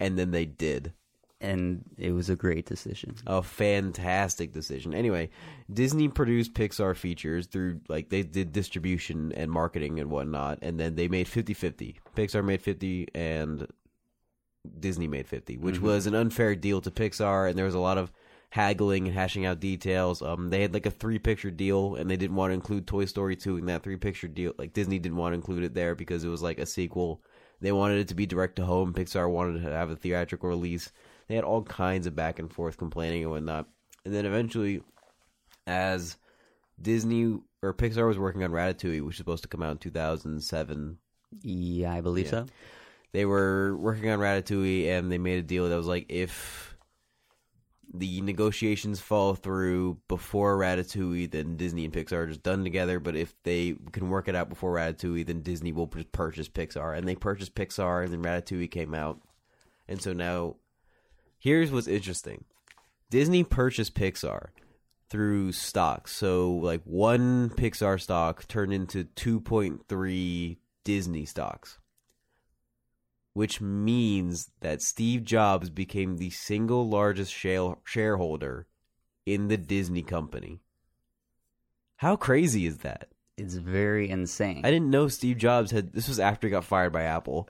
B: And then they did.
A: And it was a great decision.
B: A fantastic decision. Anyway, Disney produced Pixar features through like they did distribution and marketing and whatnot, and then they made 50-50. Pixar made fifty and Disney made fifty, which was an unfair deal to Pixar, and there was a lot of haggling and hashing out details. Um, they had like a three picture deal, and they didn't want to include Toy Story two in that three picture deal. Like Disney didn't want to include it there because it was like a sequel. They wanted it to be direct to home. Pixar wanted to have a theatrical release. They had all kinds of back and forth complaining and whatnot. And then eventually, as Disney or Pixar was working on Ratatouille, which was supposed to come out in 2007,
A: Yeah, I believe so.
B: they were working on Ratatouille and they made a deal that was like if the negotiations fall through before Ratatouille, then Disney and Pixar are just done together. But if they can work it out before Ratatouille, then Disney will just purchase Pixar. And they purchased Pixar, and then Ratatouille came out. And so now, here's what's interesting: Disney purchased Pixar through stocks. So like one Pixar stock turned into 2.3 Disney stocks which means that Steve Jobs became the single largest shale- shareholder in the Disney company. How crazy is that?
A: It's very insane.
B: I didn't know Steve Jobs had this was after he got fired by Apple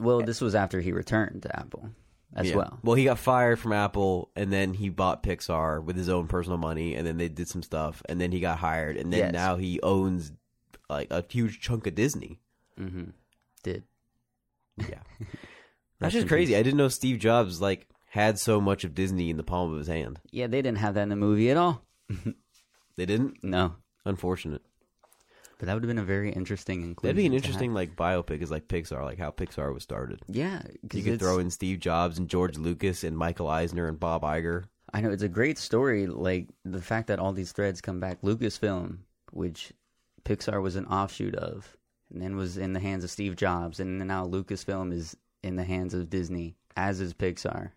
A: well, this was after he returned to Apple as
B: Yeah.
A: well.
B: Well, he got fired from Apple and then he bought Pixar with his own personal money and then they did some stuff and then he got hired and then
A: Yes.
B: now he owns like a huge chunk of Disney.
A: Mm-hmm. Did
B: Yeah. That's
A: in
B: just crazy. I didn't know Steve Jobs like had so much of Disney in the palm of his hand.
A: yeah, they didn't have that in the movie at all.
B: They didn't?
A: No,
B: Unfortunate.
A: but that would have been a very interesting inclusion.
B: That'd be an
A: to
B: interesting like biopic, is like Pixar, like how Pixar was started.
A: have. Yeah,
B: You
A: because
B: could throw in Steve Jobs and George Lucas and Michael Eisner and Bob Iger.
A: I know it's a great story. Like the fact that all these threads come back. Lucasfilm, which Pixar was an offshoot of, and then was in the hands of Steve Jobs, and now Lucasfilm is in the hands of Disney, as is Pixar.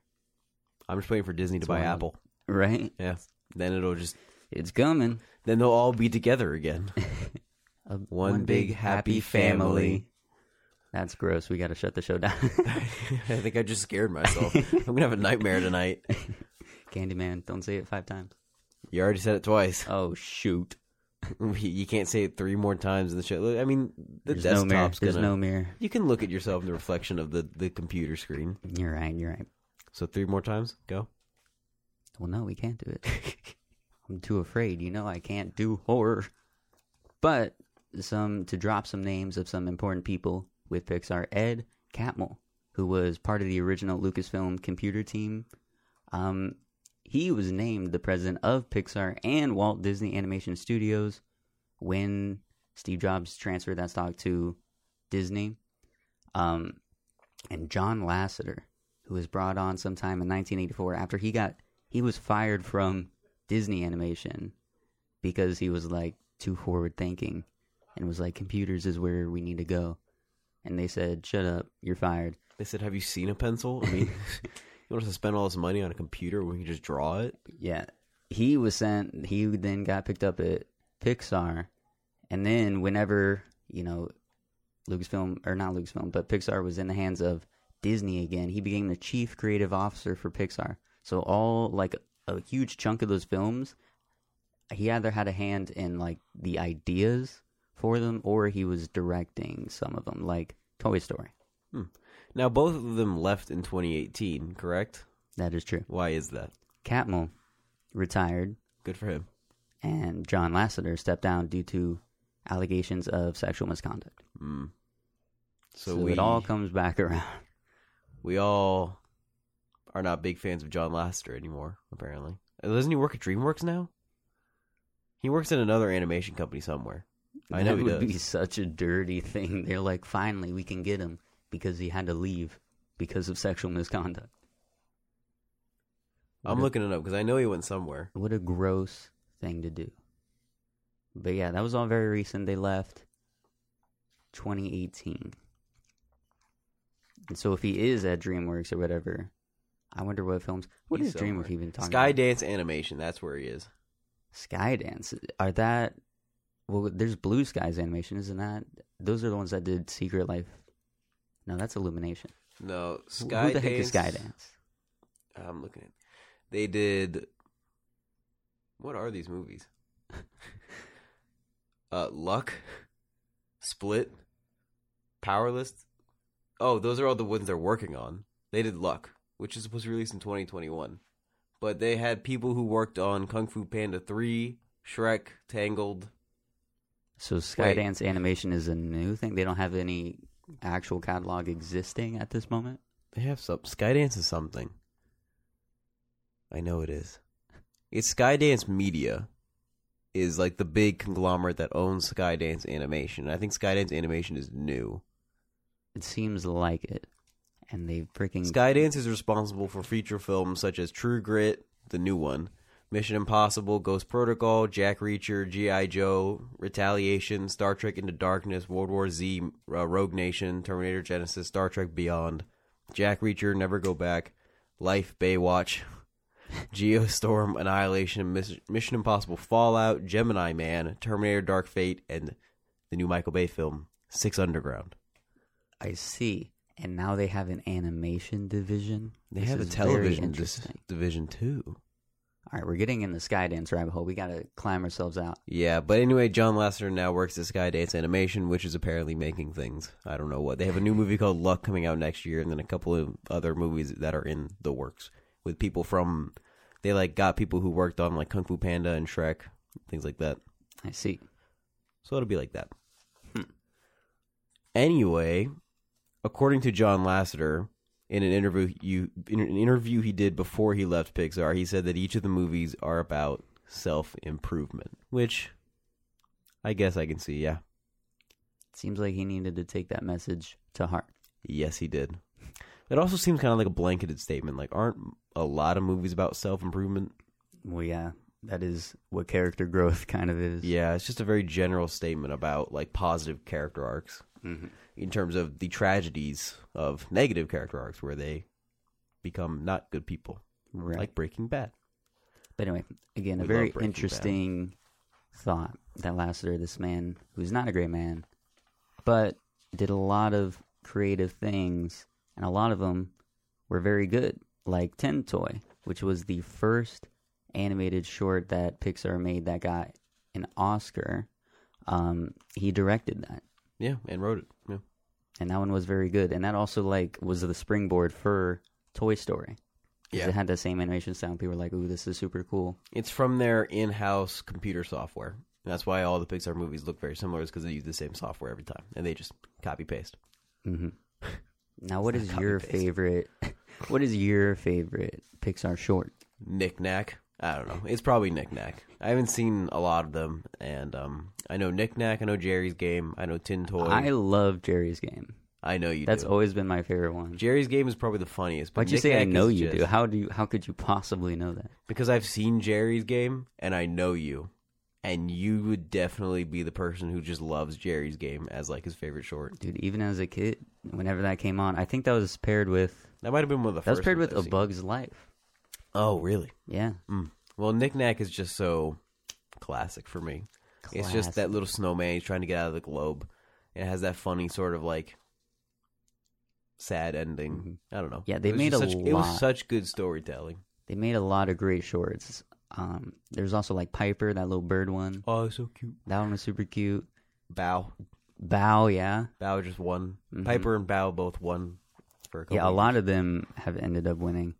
B: I'm just waiting for Disney to buy
A: wild.
B: Apple.
A: Right?
B: Yeah, then it'll just
A: It's coming.
B: then they'll all be together again.
A: A- one,
B: big happy family.
A: That's gross. We got to shut the show down.
B: I think I just scared myself. I'm gonna have a nightmare tonight.
A: Candyman, don't say it five times.
B: You already said it twice.
A: Oh shoot!
B: you can't say it three more times in the show. Look, I mean, the
A: There's no mirror.
B: desktop's
A: There's
B: gonna.
A: no mirror.
B: You can look at yourself in the reflection of the the computer screen.
A: You're right. You're right.
B: So three more times. Go.
A: Well, no, we can't do it. I'm too afraid. You know, I can't do horror. But some to drop some names of some important people with Pixar: Ed Catmull, who was part of the original Lucasfilm computer team. Um, he was named the president of Pixar and Walt Disney Animation Studios when Steve Jobs transferred that stock to Disney. Um, and John Lasseter, who was brought on sometime in 1984 after he got he was fired from Disney Animation because he was like too forward thinking and was like computers is where we need to go. And they said, "Shut up, you're fired."
B: They said, "Have you seen a pencil?" I mean, you want us to spend all this money on a computer when we can just draw it?
A: Yeah. He was sent, he then got picked up at Pixar. And then, whenever, you know, Lucasfilm, or not Lucasfilm, but Pixar was in the hands of Disney again, he became the chief creative officer for Pixar. So, all like a huge chunk of those films, he either had a hand in like the ideas for them or he was directing some of them, like Toy Story.
B: Now, both of them left in 2018, correct?
A: That is true.
B: Why is that?
A: Catmull retired
B: Good for him.
A: and John Lasseter stepped down due to allegations of sexual misconduct.
B: Mm. So,
A: So,
B: we
A: it all comes back around.
B: we all are not big fans of John Lasseter anymore. Apparently, doesn't he work at DreamWorks now? He works in another animation company somewhere. I know
A: that
B: he
A: would
B: does.
A: be such a dirty thing. They're like, finally, we can get him because he had to leave because of sexual misconduct.
B: I'm
A: What a-
B: looking it up because I know he went somewhere.
A: What a gross thing to do. But yeah, that was all very recent. They left 2018. And so if he is at DreamWorks or whatever, I wonder what films. What
B: He's
A: is
B: somewhere.
A: DreamWorks even talking about?
B: Skydance Animation. That's where he is.
A: Skydance. Are that well? There's Blue Skies Animation, isn't that? Those are the ones that did Secret Life. No, that's Illumination.
B: No,
A: Who-
B: Skydance.
A: Who the heck is Skydance?
B: I'm looking at. They did. What are these movies? uh, Luck, Split, Powerless. Oh, those are all the ones they're working on. They did Luck, which is, was released in 2021, but they had people who worked on Kung Fu Panda 3, Shrek, Tangled.
A: So Skydance Animation is a new thing. They don't have any actual catalog existing at this moment.
B: They have some Skydance is something. I know it is. It's Skydance Media is like the big conglomerate that owns Skydance Animation. I think Skydance Animation is new.
A: It seems like it, and they freaking
B: Skydance is responsible for feature films such as True Grit, the new one, Mission Impossible, Ghost Protocol, Jack Reacher, G.I. Joe, Retaliation, Star Trek Into Darkness, World War Z, uh, Rogue Nation, Terminator Genesis, Star Trek Beyond, Jack Reacher, Never Go Back, Life, Baywatch, Geostorm, Annihilation, Miss- Mission Impossible Fallout, Gemini Man, Terminator Dark Fate, and the new Michael Bay film, Six Underground.
A: I see. And now they have an animation division.
B: They
A: This
B: have a
A: is very
B: television dis-
A: interesting.
B: division too.
A: All right, we're getting in the Skydance rabbit hole. We gotta climb ourselves out.
B: Yeah, but anyway, John Lasseter now works at Skydance Animation, which is apparently making things. I don't know what. They have a new movie called Luck coming out next year, and then a couple of other movies that are in the works with people from. They like got people who worked on like Kung Fu Panda and Shrek, things like that.
A: I see.
B: So it'll be like that. Anyway, according to John Lasseter, in an interview you in an interview he did before he left Pixar, he said that each of the movies are about self improvement, which I guess I can see. Yeah,
A: Seems like he needed to take that message to heart.
B: yes, he did. It also seems kind of like a blanketed statement. Like, aren't a lot of movies about self improvement?
A: Well, yeah, that is what character growth kind of is.
B: Yeah, it's just a very general statement about like positive character arcs.
A: hmm
B: in terms of the tragedies of negative character arcs where they become not good people,
A: Right.
B: like Breaking Bad.
A: but anyway, again, a
B: We
A: very
B: love Breaking Bad.
A: interesting thought that Lasseter, this man who's not a great man, but did a lot of creative things, and a lot of them were very good, like Tin Toy, which was the first animated short that Pixar made that got an Oscar. Um, he directed that.
B: Yeah, and wrote it. Yeah.
A: and that one was very good. And that also like was the springboard for Toy Story. 'Cause
B: Yeah.
A: it had that same animation sound. People were like, "Ooh, this is super cool."
B: It's from their in-house computer software. And that's why all the Pixar movies look very similar is because they use the same software every time, and they just copy paste.
A: hmm Now, what
B: It's
A: is
B: not
A: your
B: copy-paste.
A: favorite? what is your favorite Pixar short?
B: Knick Knack. I don't know. It's probably Knick Knack. I haven't seen a lot of them, and um, I know Knick Knack. I know Jerry's Game. I know Tin Toy.
A: I
B: I,
A: love Jerry's Game.
B: know you.
A: That's
B: do.
A: always been my favorite one.
B: Jerry's Game is probably the funniest. but
A: Why'd you say I
B: Knick-Knack
A: know
B: is
A: you do?
B: just-
A: How do you? How could you possibly know that?
B: because I've seen Jerry's game and I know you, and you would definitely be the person who just loves Jerry's game as like his favorite short.
A: Dude, even as a kid, whenever that came on, I think that was paired with
B: That might have been one of the
A: that was
B: first.
A: paired
B: ones
A: with
B: I've
A: A
B: seen.
A: Bug's Life.
B: Oh, really?
A: Yeah,
B: Mm. Well, Knick Knack is just so classic for me. It's just that little snowman he's trying to get out of the globe, and it has that funny sort of like sad ending.
A: Mhm.
B: I don't know.
A: Yeah, they
B: It was
A: made
B: just
A: a
B: such, It was
A: lot.
B: such good storytelling.
A: They made a lot of great shorts. Um, there's also like Piper, that little bird one.
B: Oh, so cute.
A: That one was super cute.
B: Bow,
A: Bow, yeah,
B: Bow just won.
A: Mhm.
B: Piper and Bow both won for a couple.
A: yeah. A
B: of
A: lot of them have ended up winning.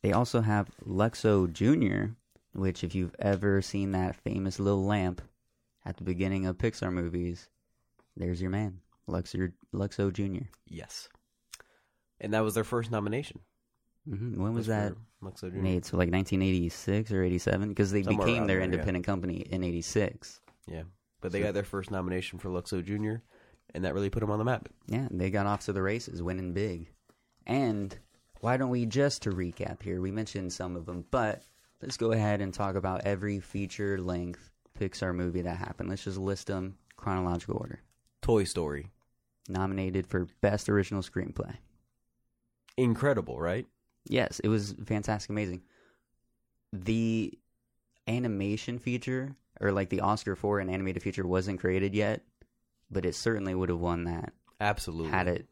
A: They also have Luxo Junior, which if you've ever seen that famous little lamp at the beginning of Pixar movies, there's your man, Luxor Luxo junior
B: Yes. And that was their first nomination.
A: Mm-hmm. When was that
B: Looks so
A: made? So like 1986 or 87 because they
B: Somewhere
A: became
B: around
A: their
B: there, yeah.
A: independent company in 86.
B: Yeah. But they got their first nomination for Luxo Jr., and that really put them on the map.
A: Yeah, they got off to the races, winning big. And why don't we just to recap here? We mentioned some of them, but let's go ahead and talk about every feature length Pixar movie that happened. Let's just list them chronological order.
B: Toy Story.
A: Nominated for best original screenplay.
B: Incredible, right?
A: Yes, it was fantastic, amazing. The animation feature, or like the Oscar for an animated feature, wasn't created yet, but it certainly would have won that
B: Absolutely.
A: had it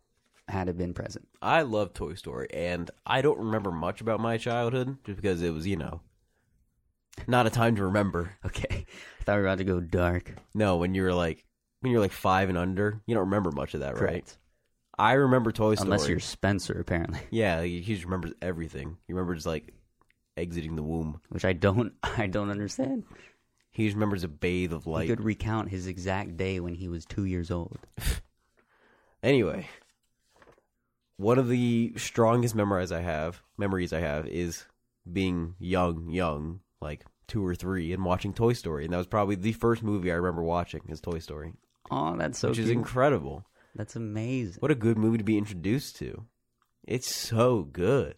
A: had it been present.
B: I love Toy Story, and I don't remember much about my childhood just because it was, you know, not a time to remember.
A: Okay, I thought we were about to go dark.
B: No, when you were like when you were like five and under, you don't remember much of that, right?
A: Correct.
B: I remember Toy Story.
A: Unless you're Spencer, apparently,
B: yeah, he just remembers everything. He remembers like exiting the womb.
A: which I don't, I don't understand.
B: He just remembers a bathe of
A: he
B: light.
A: could recount his exact day when he was two years old.
B: Anyway, one of the strongest memories I have, memories I have, is being young, young, like two or three, and watching Toy Story, and that was probably the first movie I remember watching is Toy Story,
A: Oh, that's so
B: which
A: cute.
B: is incredible.
A: that's amazing.
B: What a good movie to be introduced to. It's so good.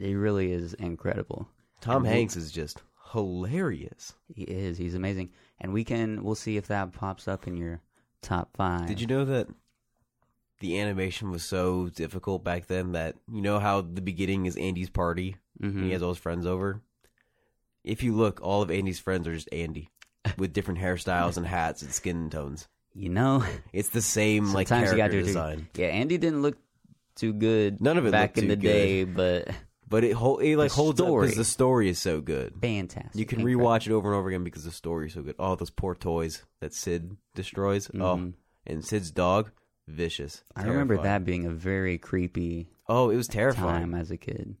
A: It really is incredible.
B: Tom
A: And we-
B: Hanks is just hilarious.
A: He is. He's amazing. And we can we'll see if that pops up in your top five.
B: Did you know that the animation was so difficult back then that you know how the beginning is Andy's party and he
A: hmm
B: has all his friends over. If you look, all of Andy's friends are just Andy with different hairstyles and hats and skin tones.
A: You know,
B: It's the same like
A: sometimes
B: character
A: you got to
B: design,
A: Yeah, Andy didn't look too good.
B: None of it
A: back
B: looked
A: in the
B: too
A: day, but
B: but it hol- it like
A: The
B: holds up
A: story.
B: because the story is so good.
A: fantastic.
B: You can
A: Incredible.
B: rewatch it over and over again because the story is so good. Oh, those poor toys that Sid destroys. Oh,
A: Mhm.
B: and Sid's dog, vicious.
A: I remember
B: Terrifying.
A: that being a very creepy
B: Oh, it was terrifying,
A: time as a kid.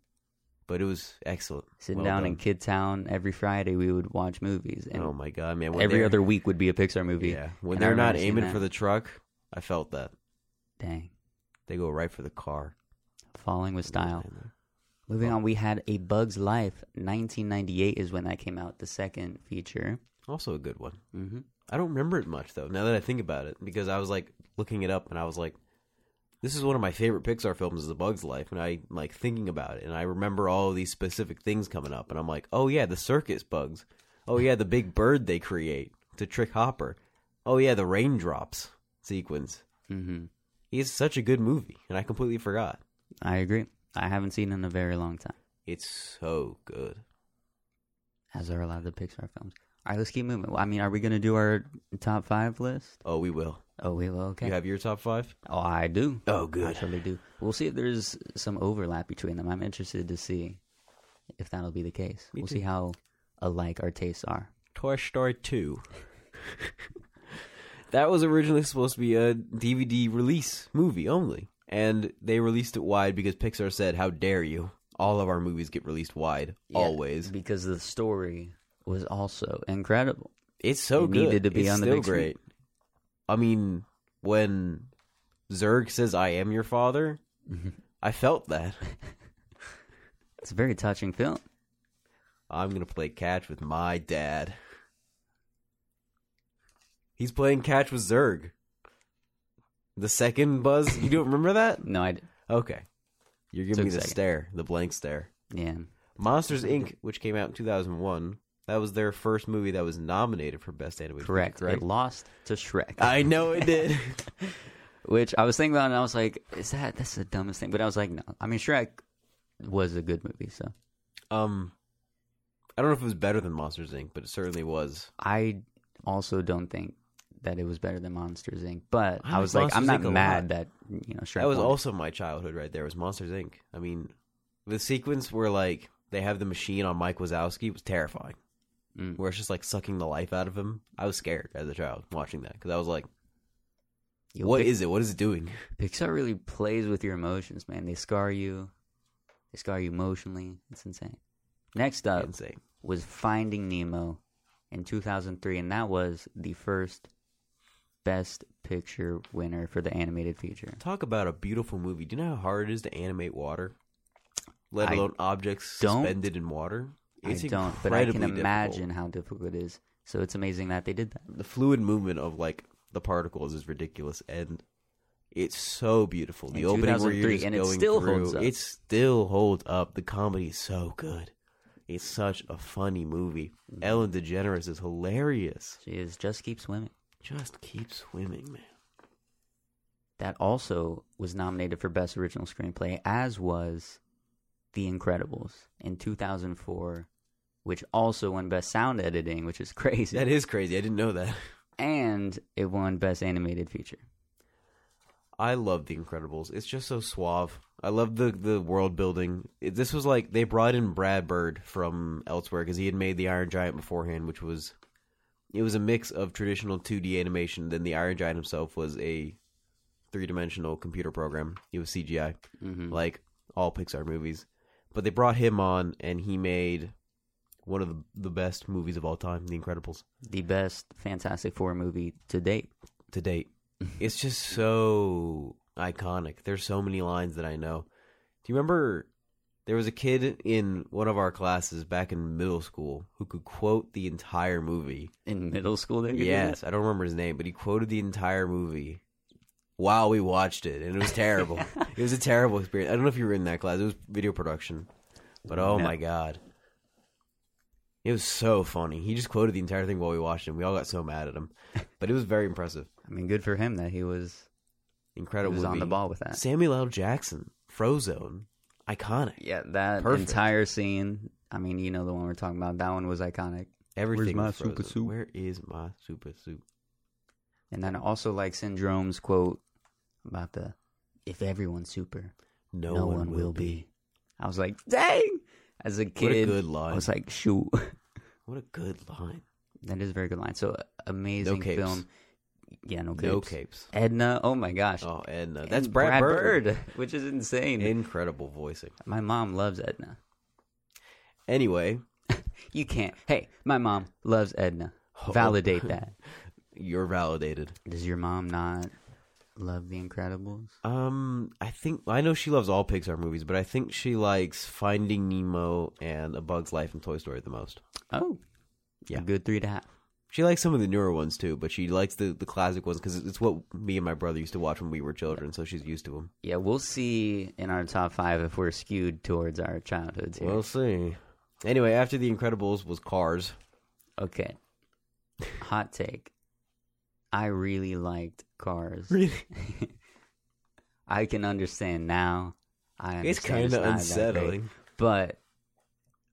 B: but it was excellent.
A: Sitting
B: Well
A: down
B: done.
A: in Kid Town every Friday, we would watch movies, and
B: oh my god, man! When
A: every
B: they're-
A: other week would be a Pixar movie.
B: yeah, when
A: And I
B: they're not
A: remember seeing
B: aiming
A: that.
B: for the truck, I felt that.
A: Dang,
B: They go right for the car.
A: falling with style.
B: Oh.
A: Moving on, we had A Bug's Life. 1998 is when that came out, the second feature.
B: Also a good one.
A: hmm
B: I don't remember it much though. Now that I think about it, because I was like looking it up and I was like, this is one of my favorite Pixar films, is The Bug's Life, and I like thinking about it and I remember all these specific things coming up and I'm like, oh yeah, the circus bugs. Oh yeah, the big bird they create to trick Hopper. Oh yeah, the raindrops sequence.
A: hmm
B: It's such a good movie, and I completely forgot.
A: I agree. I haven't seen it in a very long time,
B: It's so good.
A: as are a lot of the Pixar films. All right, let's keep moving. Well, I mean, are we going to do our top five list?
B: Oh, we will.
A: Oh, we will. Okay.
B: You have your top five?
A: oh, I do.
B: Oh,
A: I totally do. We'll see if there's some overlap between them. I'm interested to see if that'll be the case.
B: Me
A: we'll
B: too.
A: see how alike our tastes are.
B: Toy Story 2. that was originally supposed to be a DVD release movie only. And they released it wide because Pixar said, How dare you? All of our movies get released wide,
A: Yeah,
B: always.
A: Because the story was also incredible.
B: It's so
A: It
B: good.
A: needed to be
B: It's
A: on the
B: still
A: big screen.
B: great. I mean, when Zurg says, I am your father,
A: Mm-hmm.
B: I felt that.
A: It's a very touching film.
B: I'm going to play catch with my dad. He's playing catch with Zurg. The second buzz, you don't remember that?
A: No, I. d-
B: Okay. You're
A: Took
B: giving me
A: a
B: the
A: second.
B: stare, the blank stare.
A: Yeah.
B: Monsters Inc., which came out in 2001, that was their first movie that was nominated for Best Animated Feature,
A: Correct.
B: correct?
A: It lost to Shrek.
B: I know it did.
A: which I was thinking about, and I was like, "Is that that's the dumbest thing?" But I was like, "No." I mean, Shrek was a good movie, so
B: um, I don't know if it was better than Monsters Inc., but it certainly was.
A: I also don't think that it was better than Monsters Inc. But
B: I
A: I,
B: like
A: was like, I'm
B: Monsters,
A: not
B: Inc. a lot.
A: mad that you know Shrek.
B: That was
A: won.
B: also my childhood right there, was Monsters Inc. I mean, the sequence where, like, they have the machine on Mike Wazowski was terrifying.
A: Mm.
B: Where it's just, like, sucking the life out of him. I was scared as a child watching that, because I was like,
A: Yo,
B: what
A: Pic-
B: is it? What is it doing?
A: Pixar really plays with your emotions, man. They scar you, they scar you emotionally. It's insane. Next up,
B: Insane.
A: was Finding Nemo in 2003, and that was the first Best Picture winner for the animated feature.
B: Talk about a beautiful movie. Do you know how hard it is to animate water? Let
A: I
B: alone objects
A: don't.
B: suspended in water. It's
A: I don't, but I can
B: incredibly difficult.
A: imagine how difficult it is. So it's amazing that they did that.
B: the fluid movement of like the particles is ridiculous and it's so beautiful. The
A: In
B: opening where you're
A: 2003,
B: just
A: and it
B: going
A: still
B: through,
A: holds up.
B: it still holds up. The comedy is so good. It's such a funny movie. Ellen DeGeneres is hilarious.
A: She is just keep swimming.
B: Just keep swimming, man.
A: That also was nominated for Best Original Screenplay, as was The Incredibles in 2004, which also won Best Sound Editing, which is crazy.
B: That is crazy. I didn't know that.
A: and it won Best Animated Feature.
B: I love The Incredibles. It's just so suave. I love the the world building. It- this was like they brought in Brad Bird from elsewhere because he had made The Iron Giant beforehand, which was it was a mix of traditional 2D animation. Then The Iron Giant himself was a three dimensional computer program. It was CGI,
A: hmm
B: like all Pixar movies. But they brought him on, and he made one of the, the best movies of all time, The Incredibles,
A: The best Fantastic Four movie to date.
B: to date. it's just so iconic. There's so many lines that I know. Do you remember there was a kid in one of our classes back in middle school who could quote the entire movie?
A: In middle school, they could do
B: Yes, I don't remember his name, but he quoted the entire movie while we watched it, and it was terrible. it was a terrible experience. I don't know if you were in that class. It was video production, but oh
A: No.
B: my god. It was so funny. He just quoted the entire thing while we watched it. and We all got so mad at him, but it was very impressive.
A: that. I mean, good for him that he was, he
B: Incredible.
A: was on the
B: movie.
A: ball with that.
B: Samuel L. Jackson, Frozone, iconic.
A: Yeah, that
B: Perfect.
A: entire scene. I mean, you know the one we're talking about. That one was iconic.
B: Everything.
A: my
B: was
A: super
B: Frozone.
A: suit?
B: Where is my super suit?
A: And then I also like Syndrome's quote about the if everyone's super,
B: No,
A: no, one, will, be. I was like, dang! As a
B: What a
A: kid,
B: good
A: I
B: line!
A: was like, shoot.
B: what a good line!
A: that is a very good line. So, amazing
B: capes.
A: film. Yeah, no capes.
B: No capes.
A: Edna, oh my gosh.
B: Oh, Edna. That's
A: And
B: Brad, Bird.
A: which is insane.
B: Incredible voicing.
A: my mom loves Edna.
B: Anyway,
A: You can't. Hey, my mom loves Edna.
B: Oh.
A: Validate that.
B: you're validated.
A: Does your mom not love The Incredibles?
B: Um, I think I know she loves all Pixar movies, but I think she likes Finding Nemo and A Bug's Life and Toy Story the most.
A: Oh,
B: Yeah.
A: A good three to half.
B: She likes some of the newer ones too, but she likes the, the classic ones because it's what me and my brother used to watch when we were children, so she's used to them.
A: Yeah, we'll see in our top five if we're skewed towards our childhoods here.
B: We'll see. Anyway, after The Incredibles was Cars.
A: okay. Hot take. I really liked Cars.
B: Really?
A: I can understand now. I understand
B: It's kind of
A: not that great,
B: unsettling.
A: but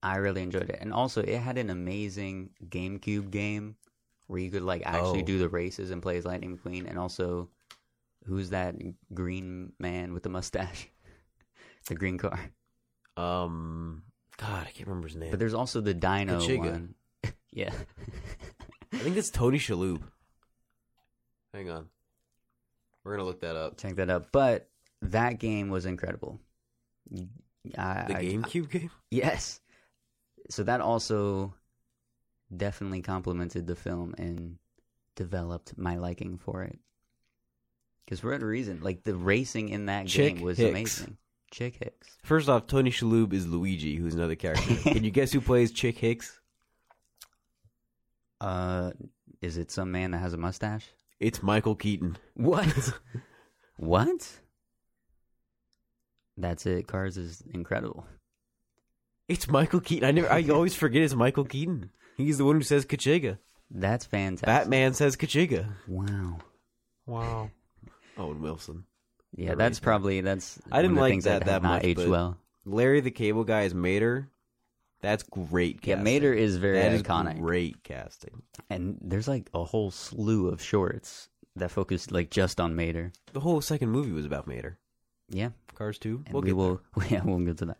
A: I really enjoyed it, and also it had an amazing GameCube game where you could like actually
B: Oh.
A: do the races and play as Lightning McQueen, and also who's that green man with the mustache, the green car.
B: Um, God, I can't remember his name.
A: But there's also the Dino
B: Kachiga.
A: one. yeah.
B: I think it's Tony Shalhoub. Hang on, we're gonna look that up.
A: Check that out. But that game was incredible. I,
B: The
A: I-
B: GameCube game.
A: Yes. So that also definitely complemented the film and developed my liking for it. Because for a reason, like the racing in that
B: Chick
A: game was
B: Hicks.
A: amazing. Chick Hicks.
B: First off, Tony Shalhoub is Luigi, who's another character. Can you guess who plays Chick Hicks?
A: Uh, is it some man that has a mustache?
B: It's Michael Keaton.
A: What? what? That's it. Cars is incredible.
B: It's Michael Keaton. I never. I always forget it's Michael Keaton. He's the one who says Kachiga.
A: That's fantastic.
B: Batman says Kachiga.
A: Wow.
B: Wow. Owen Wilson.
A: Yeah,
B: They're
A: that's
B: racing.
A: probably that's.
B: I
A: one
B: didn't
A: of the
B: like
A: things
B: that
A: have
B: that
A: not
B: much,
A: aged
B: but-
A: well.
B: Larry the Cable Guy is Mater. That's great
A: Yeah,
B: casting.
A: Mater is very
B: That is
A: iconic.
B: great casting.
A: And there's like a whole slew of shorts that focus like just on Mater.
B: The whole second movie was about Mater.
A: Yeah,
B: Cars 2.
A: and
B: We'll
A: we
B: get
A: will. Yeah, we'll get to that.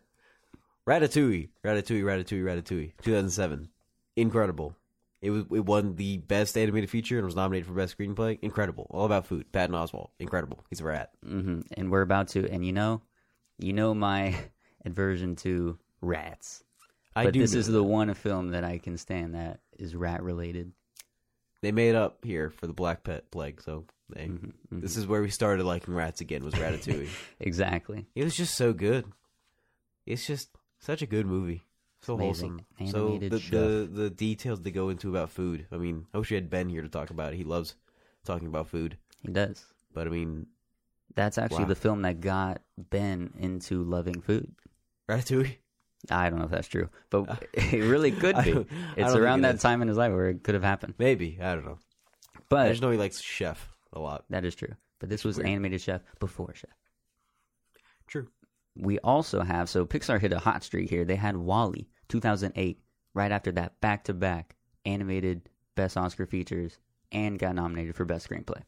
B: there. Ratatouille. Ratatouille, Ratatouille, Ratatouille. 2007. Incredible. It was it won the best animated feature and was nominated for best screenplay. Incredible. All about food. Patton Oswalt. Incredible. He's a rat.
A: hmm And we're about to. And you know, you know my aversion to rats.
B: I
A: but
B: do.
A: this
B: know
A: is the one film that I can stand that is rat related.
B: they made up here for the black pet plague. So they,
A: Mhm, mhm.
B: this is where we started liking rats again. Was Ratatouille?
A: Exactly.
B: it was just so good. It's just such a good movie. So
A: Amazing.
B: wholesome. So
A: Animated
B: the,
A: stuff.
B: the the details they go into about food. I mean, I wish we had Ben here to talk about it. He loves talking about food.
A: He does.
B: But I mean,
A: That's actually
B: Wow.
A: the film that got Ben into loving food.
B: Ratatouille.
A: I don't know if that's true, but it really could
B: Uh, I
A: be.
B: don't- I don't
A: It's
B: think
A: around
B: it
A: that
B: is.
A: time in his life where it could have happened.
B: Maybe I don't know. I
A: But
B: just know he likes Chef a lot.
A: that is true. But this was
B: Weird.
A: animated chef before chef.
B: True.
A: We also have so Pixar hit a hot streak here. They had Wally 2008 right after that back to back animated best Oscar features and got nominated for best screenplay.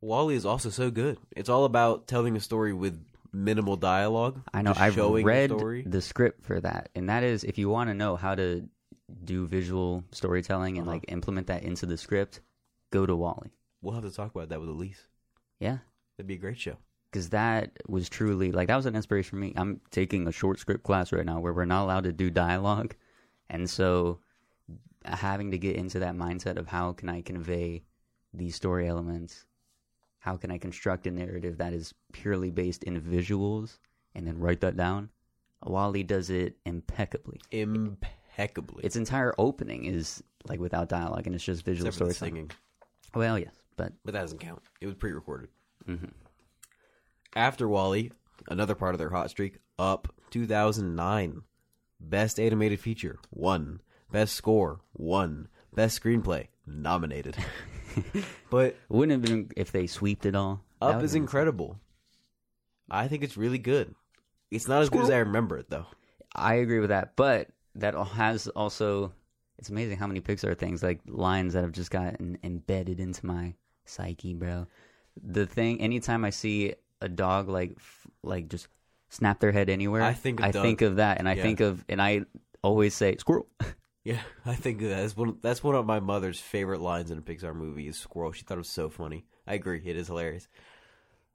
B: Wally is also so good. It's all about telling a story with minimal dialogue.
A: I know
B: just
A: I've
B: showing
A: read
B: the story.
A: the script for that, and that is if you want to know how to do visual storytelling and
B: Uh-huh.
A: like implement that into the script, go to Wally.
B: We'll have to talk about that with Elise.
A: Yeah,
B: That'd be a great show.
A: because that was truly like that was an inspiration for me. I'm taking a short script class right now where we're not allowed to do dialogue, and so having to get into that mindset of how can I convey these story elements, how can I construct a narrative that is purely based in visuals, and then write that down. Wally does it impeccably.
B: Impeccably.
A: Its entire opening is like without dialogue, and it's just visual
B: Except for the
A: storytelling.
B: singing,
A: Well, yes, but
B: but that doesn't count. It was pre-recorded. Mm-hmm.
A: Mhm.
B: After Wally, another part of their hot streak, Up 2009, best animated feature one, best score one, best screenplay nominated. but
A: wouldn't have been if they sweeped it all. That
B: Up
A: would've
B: is
A: been-
B: incredible. I think it's really good. It's not as good as I remember it though.
A: I agree with that, but that al- has also it's amazing how many Pixar things like lines that have just gotten embedded into my psyche, bro. The thing anytime I see a dog like f- like just snap their head anywhere,
B: I think of
A: I
B: Doug.
A: think of that, and I
B: Yeah.
A: think of and I always say squirrel.
B: Yeah, I think that's one. That's one of my mother's favorite lines in a Pixar movie is "squirrel." She thought it was so funny. I agree, it is hilarious.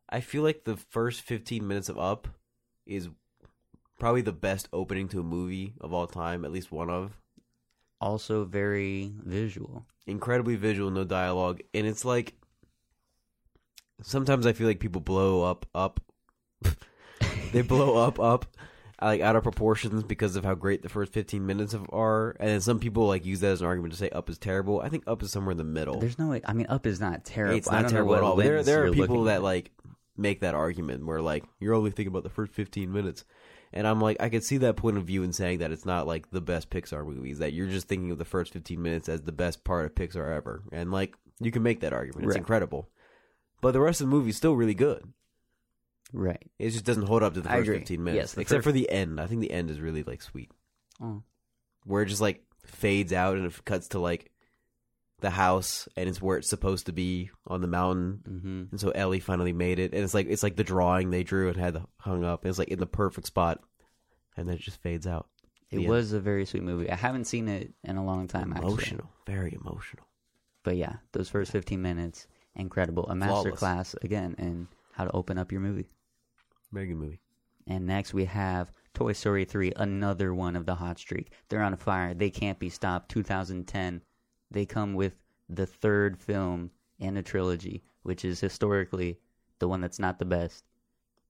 B: I feel like the first fifteen minutes of Up is probably the best opening to a movie of all time, at least one of.
A: also very visual.
B: Incredibly visual, no dialogue, and it's like sometimes I feel like people blow up, up. they blow up, up. Like out of proportions because of how great the first fifteen minutes of are, and then some people like use that as an argument to say up is terrible. I think up is somewhere in the middle.
A: There's no, I mean, up is not terrible.
B: Oh. It's
A: I
B: not
A: don't
B: terrible
A: know
B: at
A: what
B: all. There,
A: lens
B: there are
A: you're
B: people
A: looking
B: that
A: at.
B: like make that argument where like you're only thinking about the first 15 minutes, and I'm like, I could see that point of view in saying that it's not like the best Pixar movies. That you're just thinking of the first 15 minutes as the best part of Pixar ever, and like you can make that argument. It's
A: Right.
B: incredible, but the rest of the movie is still really good.
A: right.
B: It just doesn't hold up to the
A: I
B: first
A: agree.
B: 15 minutes,
A: Yes, the
B: except
A: first-
B: for the end. I think the end is really like sweet,
A: Oh,
B: where it just like fades out and it cuts to like the house and it's where it's supposed to be on the mountain
A: hmm
B: and so Ellie finally made it, and it's like it's like the drawing they drew and had hung up. It's like in the perfect spot, and then it just fades out.
A: It
B: Yeah.
A: was a very sweet movie. I haven't seen it in a long time. Actually.
B: Emotional, very emotional.
A: But yeah, those first 15 minutes, incredible. A master
B: Flawless.
A: class again in how to open up your movie.
B: Very good movie.
A: And next we have Toy Story 3, another one of the hot streak. They're on fire. They can't be stopped. 2010. They come with the third film in a trilogy, which is historically the one that's not the best.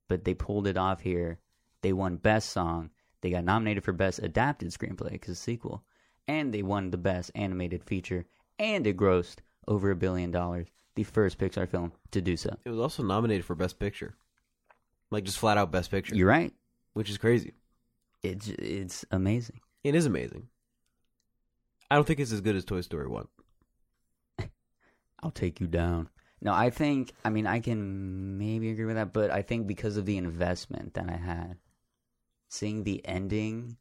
A: But they pulled it off here. They won Best Song. They got nominated for Best Adapted Screenplay because sequel. And they won the Best Animated Feature. And it grossed over a billion dollars. The first Pixar film to do so.
B: It was also nominated for Best Picture, like just flat out Best Picture,
A: You're right.
B: which is crazy.
A: It's, it's amazing.
B: It is amazing. I don't think it's as good as Toy Story One.
A: I'll take you down. No, I think I mean I can maybe agree with that, but I think because of the investment that I had, seeing the ending,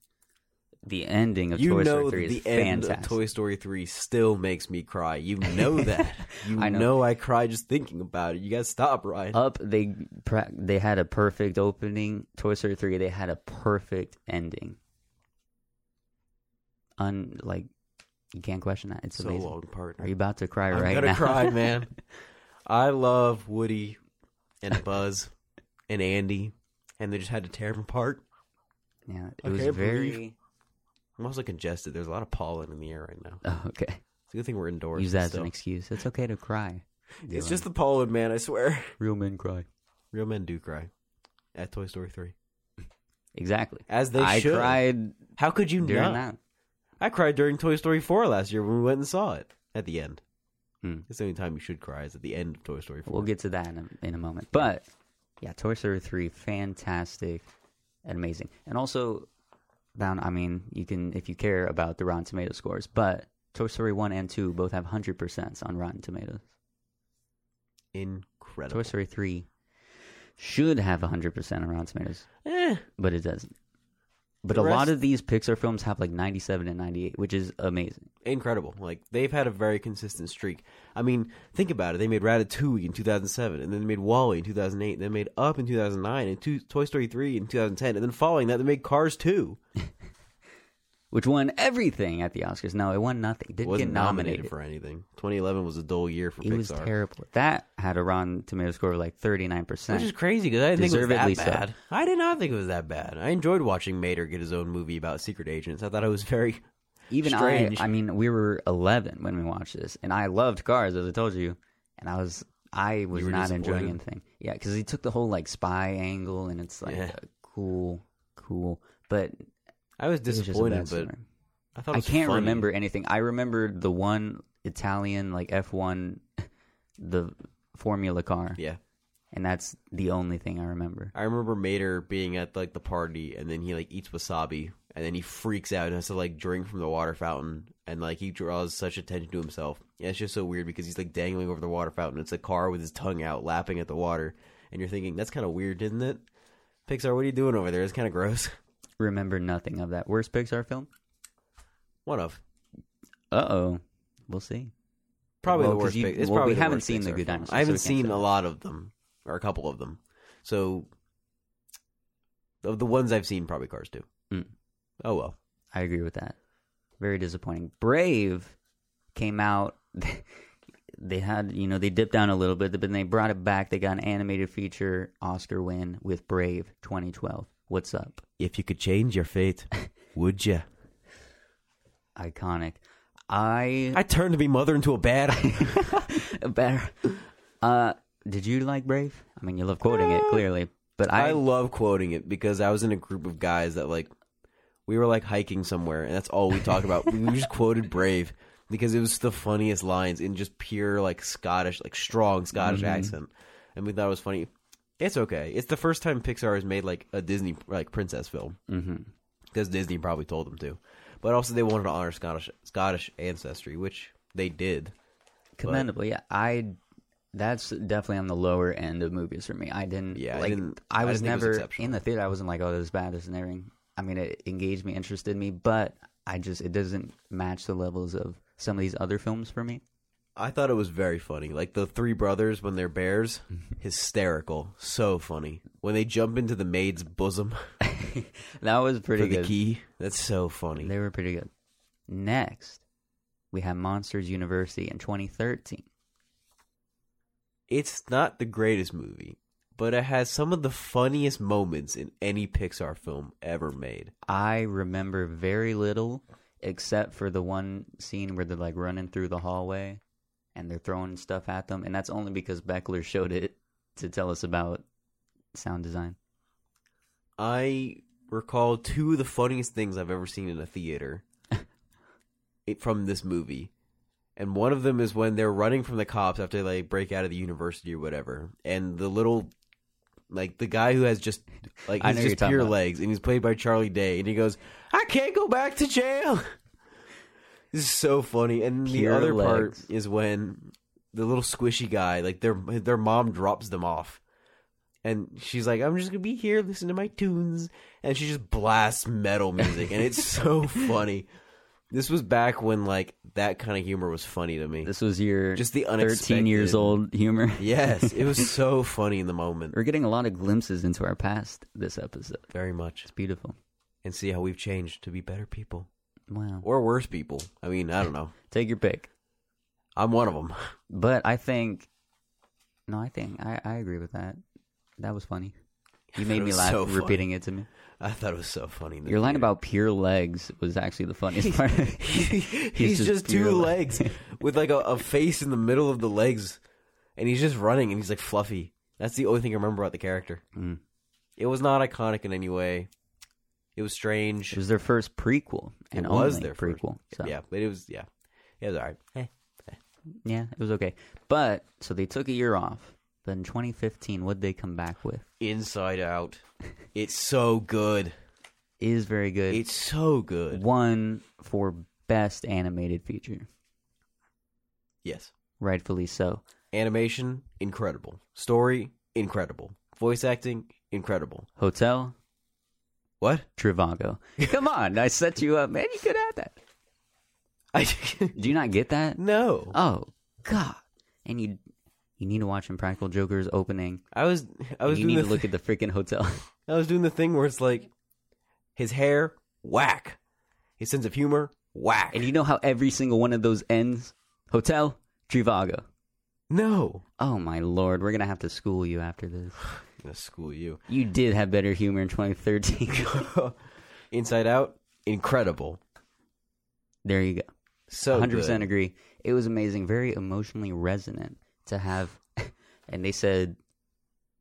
A: the ending of
B: you
A: Toy
B: know
A: Story Three
B: the
A: is
B: end
A: fantastic.
B: of Toy Story Three still makes me cry. You know that. you
A: I know. Oh,
B: I cry just thinking about it. You gotta stop, Ryan.
A: Up, they pra- they had a perfect opening. Toy Story Three, they had a perfect ending. Un like, you can't question that. It's
B: so
A: amazing.
B: long, partner.
A: Are you about to cry
B: I'm
A: right
B: gonna
A: now?
B: cry, man. I love Woody and Buzz and Andy, and they just had to tear him apart.
A: Yeah, it
B: I
A: was
B: can't
A: very.
B: believe- I'm also congested. There's a lot of pollen in the air right now.
A: Oh, okay.
B: It's a good thing we're indoors.
A: Use that as
B: still.
A: an excuse. It's okay to cry.
B: It's
A: Dylan.
B: just the pollen, man. I swear.
A: real men cry.
B: Real men do cry. At Toy Story three,
A: Exactly.
B: as they
A: I
B: should. Mm,
A: cried
B: How could you
A: during
B: not?
A: that.
B: I cried during Toy Story four last year when we went and saw it at the end.
A: Hmm.
B: It's the only time you should cry is at the end of Toy Story 4
A: We'll get to that in a, in a moment. But yeah, Toy Story 3, fantastic and amazing. And also, down, I mean, you can, if you care about the Rotten Tomato scores, but Toy Story 1 and 2 both have 100% on Rotten Tomatoes.
B: Incredible.
A: Toy Story 3 should have 100% on Rotten Tomatoes,
B: Eh,
A: but it doesn't. But
B: The
A: a lot
B: rest-
A: of these Pixar films have like 97 and 98, which is amazing.
B: incredible. Like they've had a very consistent streak. I mean, think about it. They made Ratatouille in 2007, and then they made Wally in 2008, and then made Up in 2009, and two, Toy Story 3 in 2010, and then following that they made Cars 2.
A: Which won everything at the Oscars. No, it won nothing. It didn't
B: Wasn't
A: get
B: nominated
A: nominated.
B: for anything. 2011 was a dull year for
A: it
B: Pixar.
A: was terrible. That had a Rotten Tomato score of like 39%.
B: Which is crazy because I didn't think it was
A: Deservedly
B: that
A: so.
B: bad. I did not think it was that bad. I enjoyed watching Mater get his own movie about secret agents. I thought it was very
A: Even
B: Strange.
A: I, I mean, we were 11 when we watched this, and I loved Cars, as I told you, and I was, I was
B: were
A: not enjoying
B: disappointed?
A: anything. Yeah, because he took the whole like spy angle, and it's like
B: Yeah.
A: uh, cool, cool, but
B: I was
A: it was just a
B: disappointed,
A: bad
B: but
A: story.
B: I thought it
A: I
B: was
A: can't
B: funny.
A: remember anything. I remembered the one Italian like F1, the Formula car,
B: Yeah,
A: and that's the only thing I remember.
B: I remember Mater being at like the party, and then he like eats wasabi, and then he freaks out and has to like drink from the water fountain, and like he draws such attention to himself. Yeah, it's just so weird because he's like dangling over the water fountain. It's a car with his tongue out, lapping at the water, and you're thinking that's kind of weird, isn't it? Pixar, what are you doing over there? It's kind of gross.
A: Remember nothing of that. Worst Pixar film?
B: One of
A: Uh oh, we'll see.
B: probably
A: Well,
B: the
A: 'cause
B: worst.
A: you-
B: pic- it's
A: well,
B: probably
A: we
B: the
A: haven't
B: worst
A: seen The
B: Pixar
A: Good
B: film.
A: Dinosaur,
B: I
A: so
B: haven't
A: we can't
B: seen
A: say
B: a
A: that.
B: lot of them or a couple of them. So of the ones I've seen, probably Cars Two.
A: Mm.
B: Oh well,
A: I agree with that. Very disappointing. Brave came out. They had, you know, they dipped down a little bit, but then they brought it back. They got an animated feature Oscar win with Brave 2012. What's up?
B: if you could change your fate, would you?
A: Iconic. I
B: I turned to be mother into a bad.
A: better. Uh, did you like Brave? I mean, you love quoting it clearly, but
B: I
A: I,
B: love quoting it because I was in a group of guys that like we were like hiking somewhere, and that's all we talked about. we just quoted Brave because it was the funniest lines in just pure like Scottish, like strong Scottish accent, and we thought it was funny. It's okay. It's the first time Pixar has made like a Disney like princess film
A: Mhm.
B: because Disney probably told them to, but also they wanted to honor Scottish Scottish ancestry, which they did.
A: commendable. Yeah, I. That's definitely on the lower end of movies for me. I didn't.
B: Yeah, I
A: like,
B: didn't- I
A: was
B: didn't think it was
A: never
B: exceptional.
A: in the theater. I wasn't like, oh, this is bad. This and everything. I mean, it engaged me, interested me, but I just it doesn't match the levels of some of these other films for me.
B: I thought it was very funny. Like the three brothers when they're bears, hysterical, so funny. When they jump into the maid's bosom
A: That was
B: for
A: pretty
B: the
A: good.
B: key, that's so funny.
A: They were pretty good. Next, we have Monsters University in 2013.
B: It's not the greatest movie, but it has some of the funniest moments in any Pixar film ever made.
A: I remember very little except for the one scene where they're like running through the hallway and they're throwing stuff at them, and that's only because Beckler showed it to tell us about sound design.
B: I recall two of the funniest things I've ever seen in a theater it- from this movie. And one of them is when they're running from the cops after they break out of the university or whatever. And the little, like, the guy who has just, like,
A: I
B: he's
A: know you're
B: just
A: talking
B: pure
A: about.
B: legs and he's played by Charlie Day. And he goes, I can't go back to jail. this is so funny. And
A: Pure
B: the other
A: legs.
B: part is when the little squishy guy, like, their, their mom drops them off and she's like, "I'm just gonna be here, listen to my tunes," and she just blasts metal music, and it's so funny. This was back when like that kind of humor was funny to me.
A: This was your
B: Just the
A: 13 years
B: unexpected.
A: old humor.
B: Yes, it was so funny in the moment,
A: We're getting a lot of glimpses into our past this episode.
B: very much,
A: It's beautiful.
B: and see how we've changed to be better people
A: Wow.
B: or worse people. I mean, I don't know.
A: Take your pick.
B: I'm one of them.
A: But I think, no, I think I, I agree with that. That was funny. You made
B: It
A: me
B: was
A: laugh
B: so funny.
A: repeating it to me.
B: I thought it was so funny.
A: Your line about pure legs was actually the funniest part.
B: he's,
A: just
B: just, two
A: pure leg.
B: legs with like a, a face in the middle of the legs, and he's just running and he's like fluffy. That's the only thing I remember about the character.
A: Mm.
B: It was not iconic in any way. It was strange.
A: It was their first prequel and
B: It was
A: only
B: their first-
A: prequel. so.
B: Yeah, but it was yeah, it was alright. Eh.
A: Yeah, it was okay. But so they took a year off. But in 2015, what they come back with
B: Inside Out, it's so good.
A: is very good.
B: It's so good.
A: One for best animated feature,
B: Yes,
A: rightfully so.
B: animation incredible, story incredible, voice acting incredible.
A: Hotel
B: What?
A: Trivago. Come on, I set you up, man. You could have that.
B: I
A: Do you not get that?
B: no.
A: Oh God! And you you need to watch Impractical Joker's opening.
B: I was I was
A: you
B: doing
A: need
B: the
A: to look at the freaking hotel.
B: I was doing the thing where it's like his hair, whack. His sense of humor, whack.
A: and you know how every single one of those ends? Hotel Trivago.
B: no,
A: Oh my lord, we're gonna have to school you after this.
B: I'm gonna school you.
A: You did have better humor in 2013.
B: Inside Out, incredible.
A: there you go.
B: So
A: 100%
B: good.
A: agree. It was amazing, very emotionally resonant to have. and they said,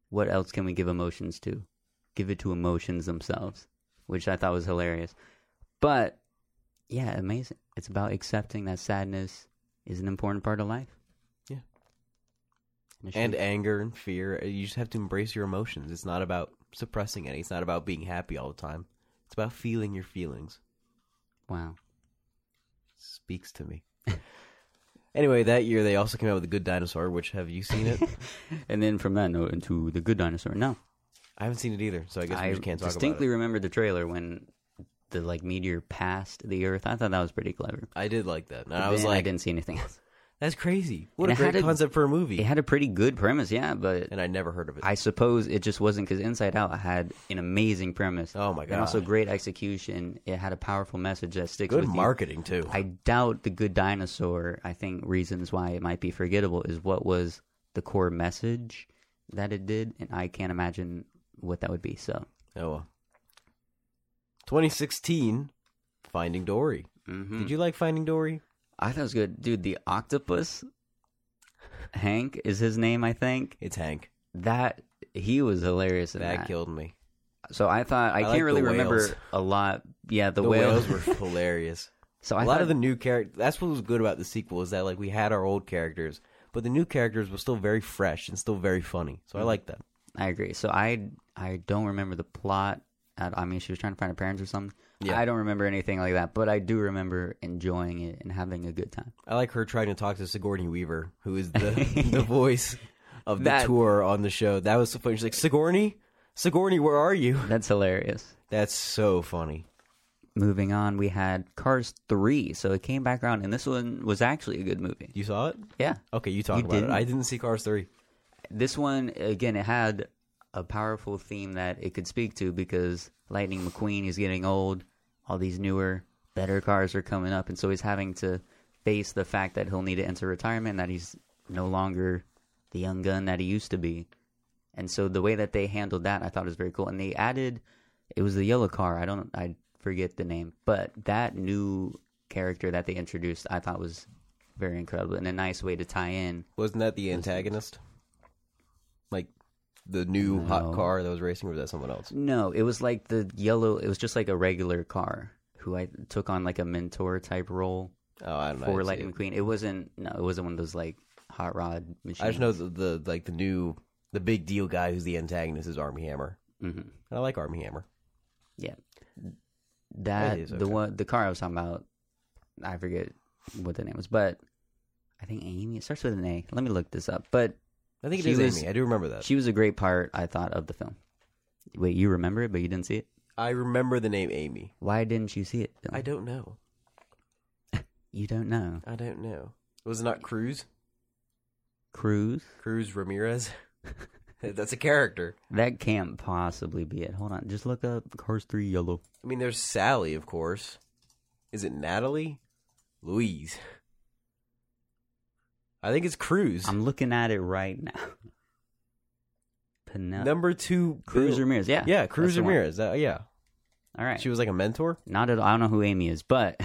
A: what else can we give emotions to? Give it to emotions themselves, which I thought was hilarious. But yeah, amazing. It's about accepting that sadness is an important part of life.
B: Yeah.
A: it
B: and
A: should-
B: anger and fear. You just have to embrace your emotions. It's not about suppressing any. It's not about being happy all the time. It's about feeling your feelings.
A: wow.
B: Speaks to me. anyway, that year they also came out with The Good Dinosaur, which have you seen it?
A: And then from that note into The Good Dinosaur. No.
B: I haven't seen it either, so I guess we
A: I
B: just can't talk
A: distinctly
B: about
A: remember the trailer when the like meteor passed the Earth. I thought that was pretty clever.
B: it. I did like that, and I was
A: Then
B: like,
A: I didn't see anything else.
B: That's crazy. What
A: And
B: a
A: it had
B: great
A: a-
B: concept for a movie.
A: It had a pretty good premise, yeah, but
B: and I never heard of it.
A: I suppose it just wasn't because Inside Out had an amazing premise.
B: Oh my
A: And also
B: God.
A: great execution. It had a powerful message that sticks
B: Good
A: with you.
B: marketing too.
A: I doubt the good dinosaur. I think reasons why it might be forgettable is what was the core message that it did, and I can't imagine what that would be. So,
B: oh well. 2016, Finding Dory.
A: mhm.
B: Did you like Finding Dory?
A: I thought it was good, dude. The octopus, Hank is his name, I think.
B: It's Hank.
A: That he was hilarious in
B: That
A: that.
B: killed me.
A: So I thought I,
B: like
A: can't really
B: the
A: remember
B: whales.
A: a lot. Yeah, the,
B: The
A: whales.
B: whales were hilarious.
A: so
B: A
A: I
B: lot
A: thought
B: of the new characters. That's what was good about the sequel is that like we had our old characters, but the new characters were still very fresh and still very funny. So I like that.
A: I agree. So I I don't remember the plot. At, I mean, she was trying to find her parents or something.
B: Yeah.
A: I don't remember anything like that, but I do remember enjoying it and having a good time.
B: I like her trying to talk to Sigourney Weaver, who is the the voice of the
A: That-
B: tour on the show. That was so funny. She's like Sigourney, Sigourney, where are you?
A: That's hilarious.
B: That's so funny.
A: Moving on, we had Cars three, so it came back around, and this one was actually a good movie.
B: You saw it?
A: Yeah,
B: Okay, you talk
A: You
B: about
A: didn't?
B: it. I didn't see Cars 3.
A: this one again it had a powerful theme that it could speak to because lightning mcqueen is getting old all these newer better cars are coming up and so he's having to face the fact that he'll need to enter retirement and that he's no longer the young gun that he used to be and so the way that they handled that i thought was very cool and they added it was the yellow car i don't i forget the name but that new character that they introduced i thought was very incredible and a nice way to tie in
B: Wasn't that the antagonist? Like the new hot
A: No.
B: car that was racing, or was that someone else?
A: No, it was like the yellow. It was just like a regular car who I took on like a mentor type role
B: Oh, I don't know. I
A: for
B: didn't see
A: Lightning
B: it.
A: McQueen. It wasn't. No, it wasn't one of those like hot rod machines.
B: I just know the, the like the new the big deal guy who's the antagonist is Army Hammer.
A: Mhm.
B: And I like Army Hammer.
A: Yeah,
B: That is
A: that the
B: okay.
A: one the car I was talking about. I forget what the name was, but I think Amy. It starts with an A. Let me look this up. But
B: I think it
A: She
B: is
A: was-
B: Amy. I do remember that.
A: she was a great part. I thought of the film. Wait, you remember it, but you didn't see it.
B: I remember the name Amy.
A: Why didn't you see it? Dylan?
B: I don't know.
A: You don't know.
B: I don't know. Was it not Cruz?
A: Cruise.
B: Cruz Ramirez? That's a character.
A: That can't possibly be it. Hold on, just look up Cars Three Yellow.
B: I mean, there's Sally, of course. Is it Natalie? Louise. I think it's Cruz.
A: I'm looking at it right now. Pena-
B: Number two,
A: Cruz
B: Bill.
A: Ramirez. Yeah,
B: Yeah,
A: that's
B: Cruz
A: the one.
B: Ramirez. That, yeah,
A: All right,
B: she was like a mentor.
A: not at all. I don't know who Amy is, but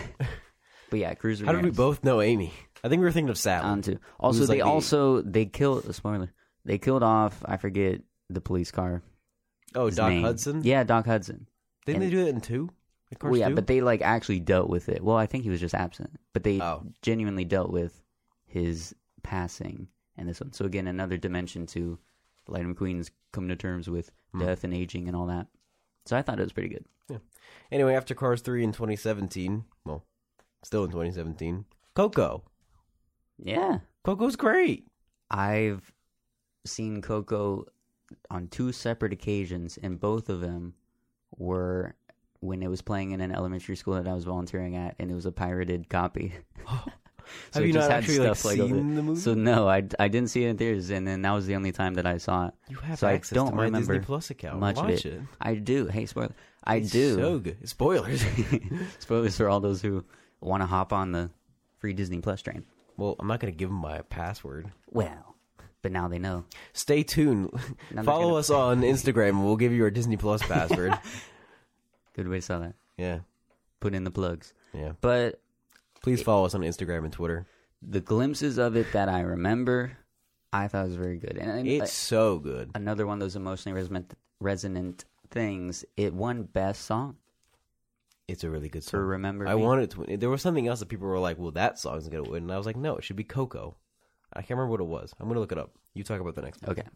A: but yeah, Cruz
B: How
A: Ramirez. Um,
B: did we both know Amy? I think we were thinking of Sally.
A: on to. Also,
B: Who's,
A: they
B: like, the-
A: also they killed. Spoiler: they killed off. I forget the police car.
B: oh,
A: his
B: Doc
A: name.
B: Hudson.
A: Yeah, Doc Hudson.
B: didn't they
A: and-
B: do that in two? Like
A: Well,
B: Cars
A: yeah,
B: two?
A: but they like actually dealt with it. Well, I think he was just absent, but they
B: Oh.
A: genuinely dealt with his passing and this one. So again, another dimension to Light and McQueen's coming to terms with
B: Hmm.
A: death and aging and all that. So I thought it was pretty good.
B: anyway, after Cars three in 2017, well, still in 2017, Coco.
A: Yeah,
B: Coco's great.
A: I've seen Coco on two separate occasions, and both of them were when it was playing in an elementary school that I was volunteering at, and it was a pirated copy.
B: Have you
A: it just
B: not
A: had
B: actually like,
A: stuff, like, over-
B: seen the movie?
A: So no, I, I didn't see it in theaters, and then that was the only time that I saw it.
B: you have
A: so I
B: access
A: don't
B: to my
A: remember
B: Disney Plus account.
A: much of
B: Watch
A: it.
B: it.
A: I do. Hey, spoiler! I
B: It's
A: do.
B: So good. Spoilers.
A: Spoilers for all those who want to hop on the free Disney Plus train.
B: well, I'm not gonna give them my password.
A: Well, but now they know.
B: Stay tuned.
A: not
B: Follow
A: gonna-
B: us on Instagram. and We'll give you our Disney Plus password.
A: Good way to sell that.
B: yeah,
A: Put in the plugs.
B: yeah.
A: But
B: Please follow us on Instagram and Twitter.
A: the glimpses of it that I remember, I thought was very good. And, and, uh,
B: It's so good.
A: another one of those emotionally resonant, resonant things. It won best song
B: It's a really good song.
A: for Remember.
B: I
A: Me.
B: wanted to. There was something else that people were like, "Well, that song's gonna win," and I was like, "No, it should be Coco." I can't remember what it was. I'm gonna look it up. You talk about the next. one.
A: Okay.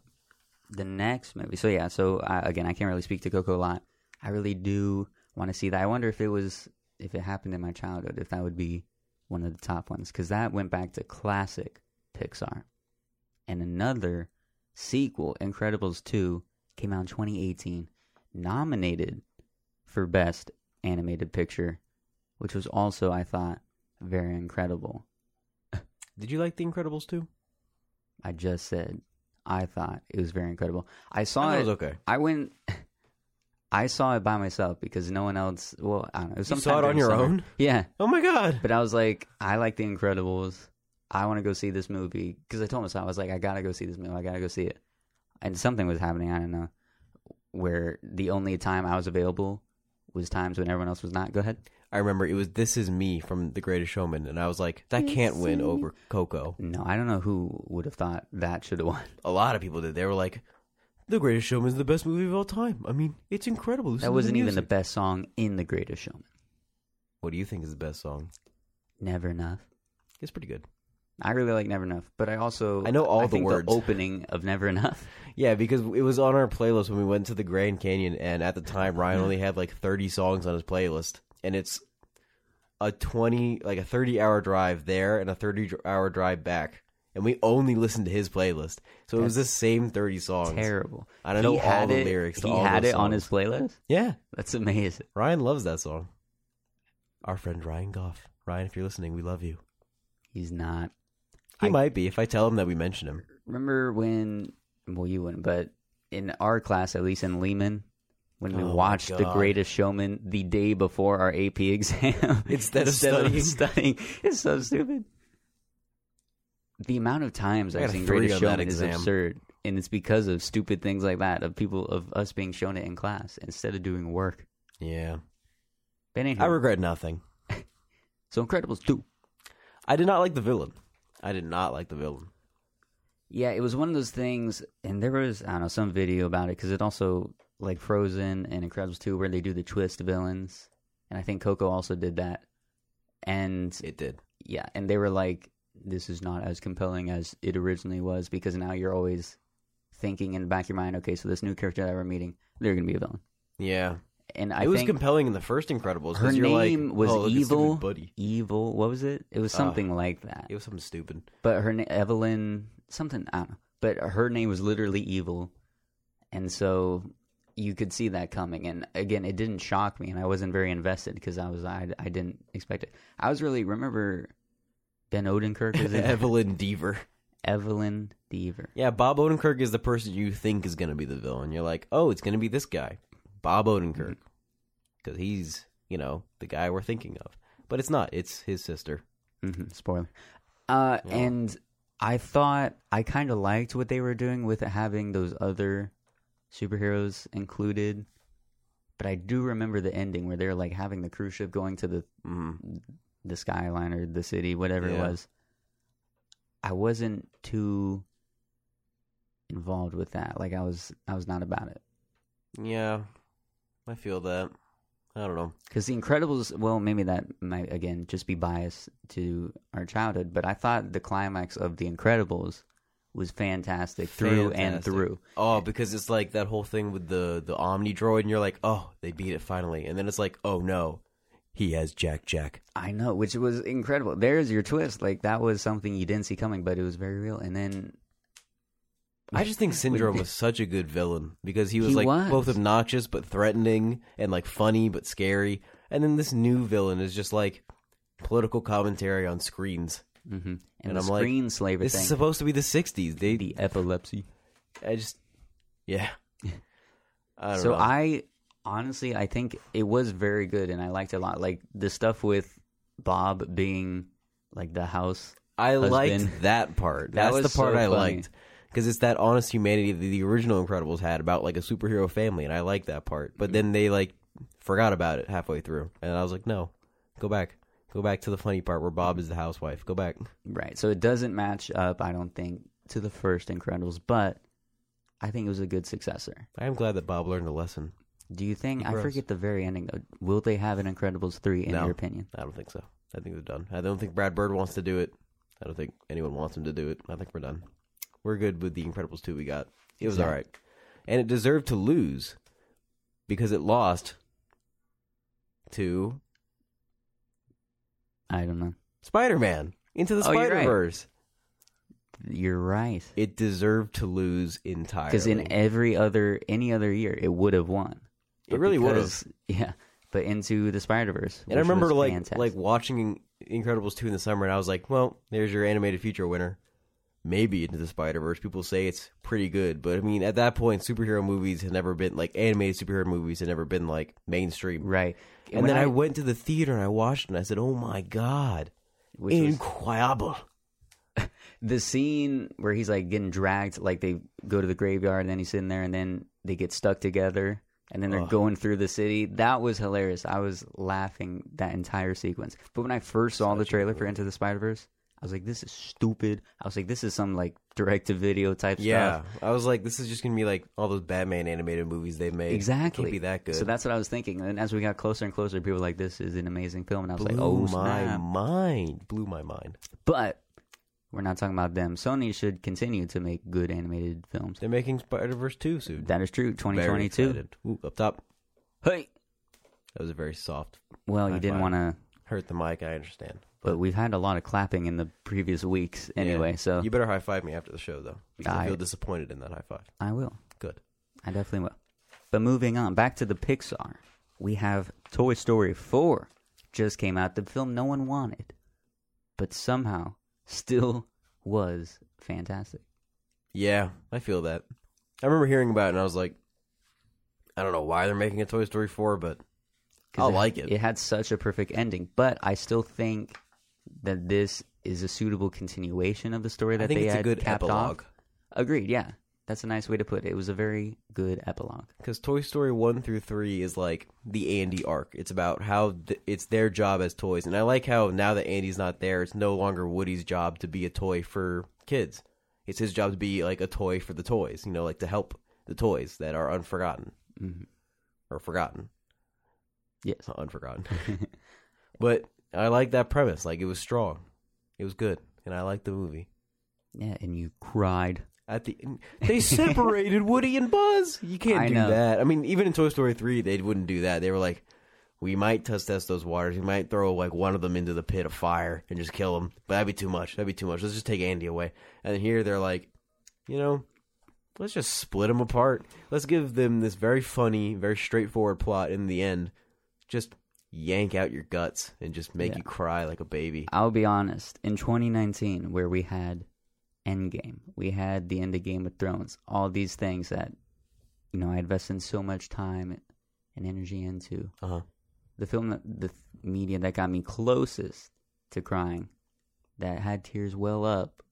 A: The next movie. So yeah. So I, again, I can't really speak to Coco a lot. I really do want to see that. I wonder if it was if it happened in my childhood, if that would be one of the top ones because that went back to classic Pixar. And another sequel, Incredibles two, came out in 2018, nominated for best animated picture, which was also I thought very incredible.
B: Did you like The Incredibles too?
A: I just said I thought it was very incredible. I saw
B: I thought
A: it.
B: it was okay.
A: I went. I saw it by myself because no one else. Well, I don't know. It was
B: You
A: sometime
B: saw it on
A: during
B: your
A: summer.
B: own?
A: Yeah,
B: Oh my god!
A: but I was like, I like The Incredibles. I want to go see this movie because I told myself I was like, I gotta go see this movie. I gotta go see it. And something was happening. I don't know. Where the only time I was available was times when everyone else was not. Go ahead.
B: I remember it was "This Is Me" from The Greatest Showman, and I was like, "That can't win over Coco."
A: No, I don't know who would have thought that should have won.
B: A lot of people did. They were like, "The Greatest Showman's the best movie of all time." I mean, it's incredible. Listen to
A: That wasn't even the
B: music."
A: best song in The Greatest Showman.
B: What do you think is the best song?
A: Never enough.
B: It's pretty good.
A: I really like Never Enough, but I also
B: I know all the
A: think
B: words.
A: The opening of Never Enough.
B: Yeah, because it was on our playlist when we went to the Grand Canyon, and at the time Ryan only had like thirty songs on his playlist, and it's a twenty, like a thirty-hour drive there and a thirty-hour drive back, and we only listened to his playlist, so it was the same thirty songs.
A: terrible.
B: I don't know all
A: had
B: the
A: it-
B: lyrics to
A: he
B: all
A: had
B: those
A: it on his playlist.
B: Yeah,
A: That's amazing.
B: Ryan loves that song. Our friend Ryan Goff. Ryan, if you're listening, we love you.
A: He's not.
B: He
A: I-
B: might be if I tell him that we mentioned him.
A: Remember when? Well, you wouldn't, but in our class, at least in Lehman, when we
B: Oh my
A: watched The
B: God.
A: Greatest Showman the day before our AP exam,
B: Instead of
A: studying, it's so stupid. The amount of times
B: I
A: I've
B: got a
A: seen
B: three
A: Greatest
B: on that
A: Showman is
B: exam.
A: absurd, and it's because of stupid things like that of people of us being shown it in class instead of doing work.
B: Yeah,
A: But anywho,
B: I regret nothing.
A: so Incredibles two.
B: I did not like the villain. I did not like the villain.
A: Yeah, it was one of those things, and there was I don't know some video about it because it also like Frozen and Incredibles two where they do the twist villains, and I think Coco also did that, and
B: It did.
A: yeah, and they were like, this is not as compelling as it originally was because now you're always thinking in the back of your mind, okay, so this new character that we're meeting, they're gonna be a villain,
B: Yeah,
A: and I
B: it was
A: think
B: compelling in the first Incredibles.
A: her
B: 'cause you're like,
A: name was
B: "Oh, look, it's
A: evil,
B: stupid buddy.
A: evil. What was it? It was
B: Uh,
A: something like that.
B: It was something stupid.
A: but her name Evelyn something I don't know. But her name was literally evil, and so you could see that coming. And again, it didn't shock me, and I wasn't very invested because I was I, I didn't expect it. I was really remember Ben Odenkirk was in
B: Evelyn Deaver.
A: Evelyn Deaver.
B: Yeah, Bob Odenkirk is the person you think is going to be the villain. You're like, oh, it's going to be this guy, Bob Odenkirk,
A: Mm-hmm.
B: because he's you know the guy we're thinking of. But it's not. It's his sister.
A: hmm spoiler. Uh,
B: Yeah.
A: And I thought I kind of liked what they were doing with having those other superheroes included. But I do remember the ending where they're like having the cruise ship going to the
B: hmm
A: the skyline or the city, whatever it
B: Yeah.
A: was. I wasn't too involved with that. Like I was, I was not about it.
B: Yeah, I feel that. I don't know.
A: Because The Incredibles, well, maybe that might again just be biased to our childhood, but I thought the climax of The Incredibles was fantastic through and
B: Fantastic.
A: through.
B: Oh, because it's like that whole thing with the the Omni droid, and you're like, oh, they beat it finally, and then it's like, oh no, he has Jack Jack.
A: I know, which was incredible. There's your twist. Like that was something you didn't see coming, but it was very real. And then
B: I just think Syndrome was such a good villain because he was
A: He
B: like
A: was.
B: both obnoxious but threatening and like funny but scary. And then this new villain is just like political commentary on screens.
A: mm-hmm. and,
B: And
A: the
B: I'm like,
A: screen slaver
B: This
A: thing,
B: is supposed to be the 60s. They
A: the epilepsy.
B: I just yeah. I don't
A: so
B: know.
A: I honestly, I think it was very good, and I liked it a lot. Like the stuff with Bob being like the house.
B: I liked
A: husband.
B: that part.
A: That
B: That's
A: was
B: the part
A: so
B: I
A: funny.
B: liked because it's that honest humanity that the original Incredibles had about like a superhero family, and I liked that part.
A: Mm-hmm.
B: But then they like forgot about it halfway through, and I was like, no, go back, go back to the funny part where
A: Mm-hmm.
B: Bob is the housewife. Go back.
A: Right. So it doesn't match up, I don't think, to the first Incredibles, but I think it was a good successor.
B: I am glad that Bob learned a lesson.
A: Do you think? I
B: Gross.
A: forget the very ending though. Will they have an Incredibles three? In
B: No.
A: your opinion,
B: I don't think so. I think they're done. I don't think Brad Bird wants to do it. I don't think anyone wants him to do it. I think we're done. We're good with the Incredibles two we got. It was
A: Yeah.
B: all right, and it deserved to lose because it lost to
A: I don't know.
B: Spider Man into the
A: Oh, you're right.
B: Spider Verse.
A: You're right.
B: It deserved to lose entirely
A: Because in every other any other year, it would have won.
B: it really would have.
A: because- Yeah. But into the Spider Verse,
B: And I remember like like watching Incredibles two in the summer, and I was like, "Well, there's your animated feature winner." Maybe into the Spider Verse. People say it's pretty good, but I mean, at that point, superhero movies had never been like animated superhero movies had never been like mainstream.
A: right.
B: And
A: When
B: then I, went to the theater and I watched it, and I said, "Oh my god,
A: which was-
B: incredible!"
A: the scene where he's like getting dragged, like they go to the graveyard and then he's sitting there and then they get stuck together and then they're
B: Ugh.
A: going through the city. That was hilarious. I was laughing that entire sequence. But when I first saw the trailer for Into the Spider Verse, I was like, this is stupid. I was like, this is some like direct to video type
B: Yeah,
A: stuff.
B: I was like, "This is just gonna be like all those Batman animated movies they made."
A: Exactly.
B: Can't be that good.
A: So that's what I was thinking. And as we got closer and closer, people were like, this is an amazing film. And I was
B: blew
A: like, oh,
B: my
A: snap.
B: mind. Blew my mind.
A: But we're not talking about them. Sony should continue to make good animated films.
B: They're making Spider Verse two soon.
A: That is true.
B: Very
A: 2022.
B: excited. Ooh, up top.
A: Hey.
B: That was a very soft.
A: Well, you
B: High
A: didn't
B: five.
A: want to,
B: Hurt the mic. I understand.
A: but we've had a lot of clapping in the previous weeks anyway,
B: Yeah.
A: so
B: you better high five me after the show though. Because I
A: I-
B: feel disappointed in that high five.
A: I will.
B: Good.
A: I definitely will. But moving on, back to the Pixar. We have Toy Story 4 just came out, the film no one wanted, but somehow still was fantastic.
B: Yeah, I feel that. I remember hearing about it and I was like, I don't know why they're making a Toy Story four, but
A: 'Cause
B: I
A: it-
B: like it.
A: It had such a perfect ending, but I still think that this is a suitable continuation of the story that
B: I think
A: they
B: it's
A: had
B: a good
A: capped off.
B: epilogue
A: Agreed. Yeah, that's a nice way to put it. It was a very good epilogue.
B: because Toy Story one through three is like the Andy arc. It's about how th- it's their job as toys, and I like how now that Andy's not there, it's no longer Woody's job to be a toy for kids. It's his job to be like a toy for the toys. You know, like to help the toys that are unforgotten
A: Mhm.
B: or forgotten.
A: Yes.
B: It's not unforgotten, but I like that premise. Like it was strong, it was good, and I liked the movie.
A: Yeah, and you cried.
B: At the they separated Woody and Buzz. You can't
A: I
B: do
A: know.
B: that. I mean, even in Toy Story three, they wouldn't do that. They were like, "We might test test those waters. We might throw like one of them into the pit of fire and just kill them. But that'd be too much. That'd be too much. Let's just take Andy away." And here they're like, "You know, let's just split them apart. Let's give them this very funny, very straightforward plot. In the end, just yank out your guts and just make
A: Yeah.
B: you cry like a baby."
A: I'll be honest. In 2019, where we had Endgame, we had the end of Game of Thrones, all these things that you know I invested so much time and energy into.
B: Uh huh.
A: The film, that, the th- media that got me closest to crying, that had tears well up,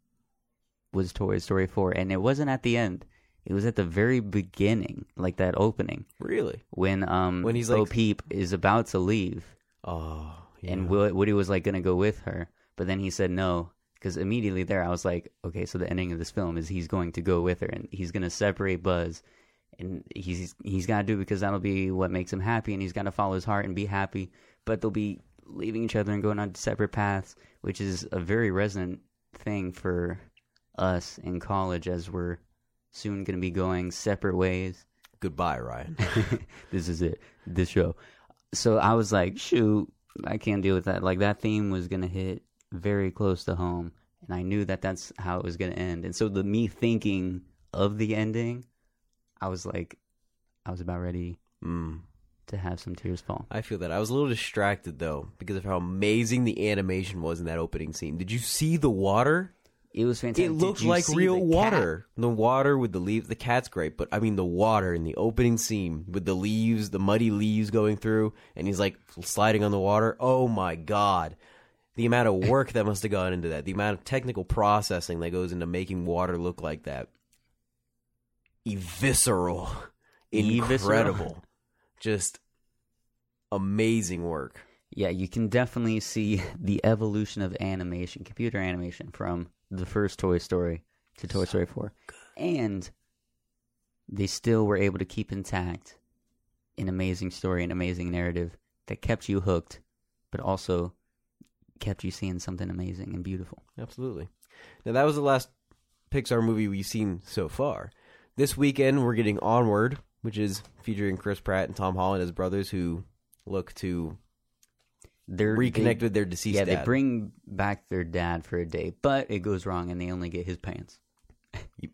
A: was Toy Story 4, and it wasn't at the end. It was at the very beginning, like that opening
B: Really?
A: when um
B: When he's,
A: Bo
B: like-
A: Peep is about to leave,
B: Oh,
A: and
B: yeah.
A: Will, Woody was like gonna go with her, but then he said no because immediately there I was like, okay, so the ending of this film is he's going to go with her and he's gonna separate Buzz, and he's he's gotta do it because that'll be what makes him happy, and he's gotta follow his heart and be happy, but they'll be leaving each other and going on separate paths, which is a very resonant thing for us in college as we're soon gonna be going separate ways.
B: goodbye, Ryan.
A: this is it, this show. So I was like, shoot, I can't deal with that. Like that theme was gonna hit very close to home, and I knew that that's how it was gonna end. And so the me thinking of the ending, I was like, I was about ready
B: mm.
A: to have some tears fall.
B: I feel that. I was a little distracted though because of how amazing the animation was in that opening scene. Did you see the water?
A: It was fantastic.
B: It
A: Did
B: looked
A: you
B: like
A: see
B: real
A: the cat?
B: water. The water with the leaves. The cat's great, but I mean the water in the opening scene with the leaves, the muddy leaves going through, and he's like sliding on the water. Oh my god. The amount of work that must have gone into that, the amount of technical processing that goes into making water look like that. Evisceral.
A: E-visceral?
B: Incredible. Just amazing work.
A: Yeah, you can definitely see the evolution of animation, computer animation, from the first Toy Story to Toy Story 4. And they still were able to keep intact an amazing story, an amazing narrative that kept you hooked, but also kept you seeing something amazing and beautiful.
B: Absolutely. Now that was the last Pixar movie we've seen so far. This weekend we're getting Onward, which is featuring Chris Pratt and Tom Holland as brothers who look to
A: They're,
B: reconnect
A: they,
B: with their deceased
A: Yeah,
B: dad.
A: they bring back their dad for a day, but it goes wrong and they only get his pants,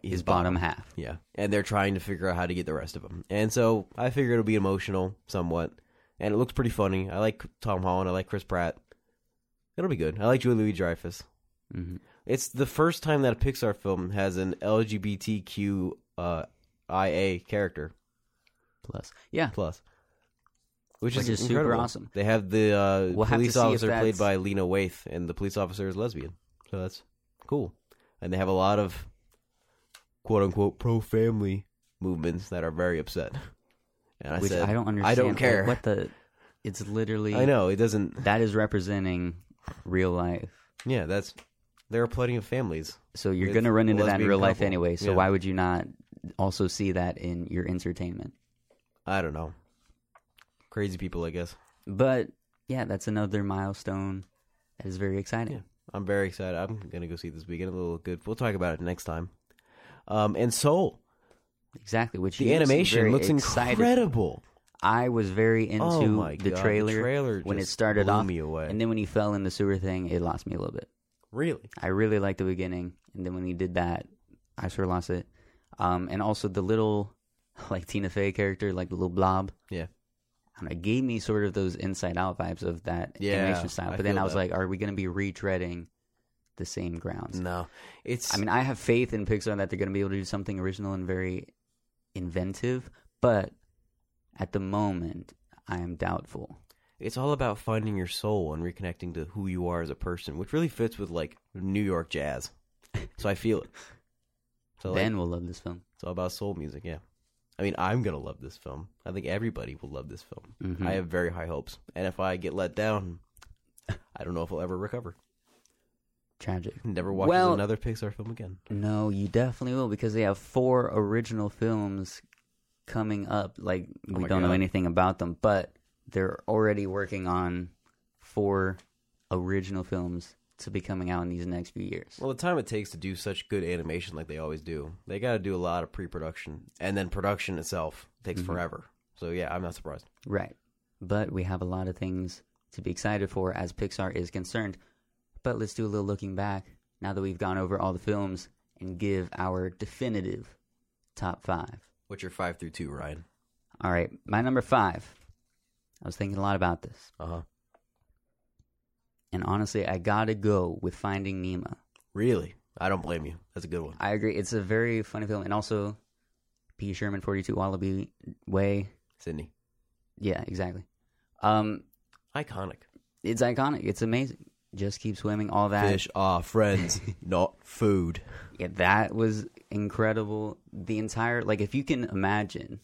A: his, bottom half.
B: Yeah, and they're trying to figure out how to get the rest of them. And so I figure it'll be emotional somewhat, and it looks pretty funny. I like Tom Holland. I like Chris Pratt. It'll be good. I like Julie Louis Dreyfus.
A: hmm
B: It's the first time that a Pixar film has an LGBTQ uh, IA character.
A: Plus, yeah,
B: plus, which,
A: Which is super
B: incredible.
A: awesome.
B: They have the uh,
A: We'll have to
B: police
A: see if
B: officer played
A: that's-
B: by Lena Waithe, and the police officer is lesbian, so that's cool. And they have a lot of quote unquote pro family movements that are very upset. And I
A: which
B: said,
A: I don't understand.
B: I don't
A: Like,
B: care.
A: what the? It's literally.
B: I know it doesn't.
A: that is representing real life.
B: Yeah, that's there are plenty of families.
A: So you're
B: It's
A: going to run into that in
B: lesbian
A: real life
B: couple.
A: anyway. So
B: Yeah.
A: why would you not also see that in your entertainment?
B: I don't know, crazy people. I guess
A: But yeah, that's another milestone that is very exciting.
B: Yeah. I'm very excited. I'm gonna go see it this weekend. It'll look good. We'll talk about it next time. Um, and Soul.
A: Exactly. Which
B: The
A: you seem
B: animation
A: very
B: looks
A: excited.
B: incredible.
A: I was very into
B: oh my
A: the
B: God,
A: trailer,
B: the trailer
A: when it
B: just
A: started
B: blew
A: off,
B: me away.
A: and then when he fell in the sewer thing, it lost me a little bit.
B: really,
A: I really liked the beginning, and then when he did that, I sure lost it. Um, and also the little, like Tina Fey character, like the little blob.
B: Yeah.
A: And it gave me sort of those Inside Out vibes of that
B: Yeah,
A: animation style.
B: I
A: But then
B: feel
A: I was
B: that.
A: like, are we going to be retreading the same grounds?
B: no, it's.
A: I mean, I have faith in Pixar that they're going to be able to do something original and very inventive, but at the moment, I am doubtful.
B: it's all about finding your soul and reconnecting to who you are as a person, which really fits with like New York jazz. so I feel it. So like,
A: ben will love this film.
B: it's all about soul music. Yeah, I mean, I'm gonna love this film. I think everybody will love this film.
A: Mhm.
B: I have very high hopes, and if I get let down, I don't know if I'll ever recover.
A: Tragic.
B: Never watch
A: Well-
B: another Pixar film again.
A: No, you definitely will because they have four original films coming up. Like
B: Oh
A: we
B: my
A: don't know
B: God.
A: anything about them, but they're already working on four original films to be coming out in these next few years.
B: Well, the time it takes to do such good animation like they always do, they got to do a lot of pre production. And then production itself takes
A: Mm-hmm.
B: forever. So, yeah, I'm not surprised.
A: Right. But we have a lot of things to be excited for as Pixar is concerned. But let's do a little looking back now that we've gone over all the films and give our definitive top 5.
B: What's your five through two, Ryan?
A: All right, my number 5. I was thinking a lot about this.
B: Uh huh.
A: And honestly, I gotta go with Finding Nemo.
B: Really? I don't blame you. That's a good one.
A: I agree. It's a very funny film, and also P. Sherman, Forty Two Wallaby Way.
B: Sydney.
A: Yeah, exactly. Um,
B: Iconic.
A: it's iconic. It's amazing. Just keep swimming. All that.
B: Fish are friends, not food.
A: Yeah, that was incredible. The entire like if you can imagine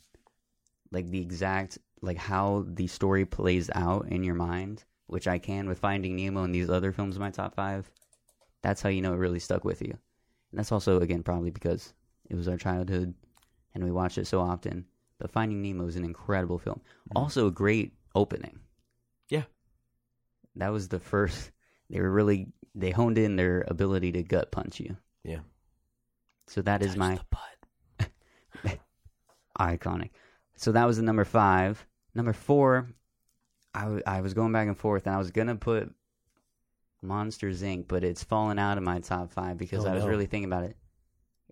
A: like the exact like how the story plays out in your mind, which I can with Finding Nemo and these other films in my top five, that's how you know it really stuck with you. And that's also again probably because it was our childhood and we watched it so often. But Finding Nemo is an incredible film. Also a great opening.
B: Mm-hmm. Yeah.
A: That was the first they were really they honed in their ability to gut punch you.
B: Yeah.
A: So that is my
B: the butt.
A: iconic. So that was the number five. Number four, I, w- I was going back and forth, and I was gonna put Monsters Inc., but it's fallen out of my top five because
B: Oh,
A: I was
B: no.
A: really thinking about it.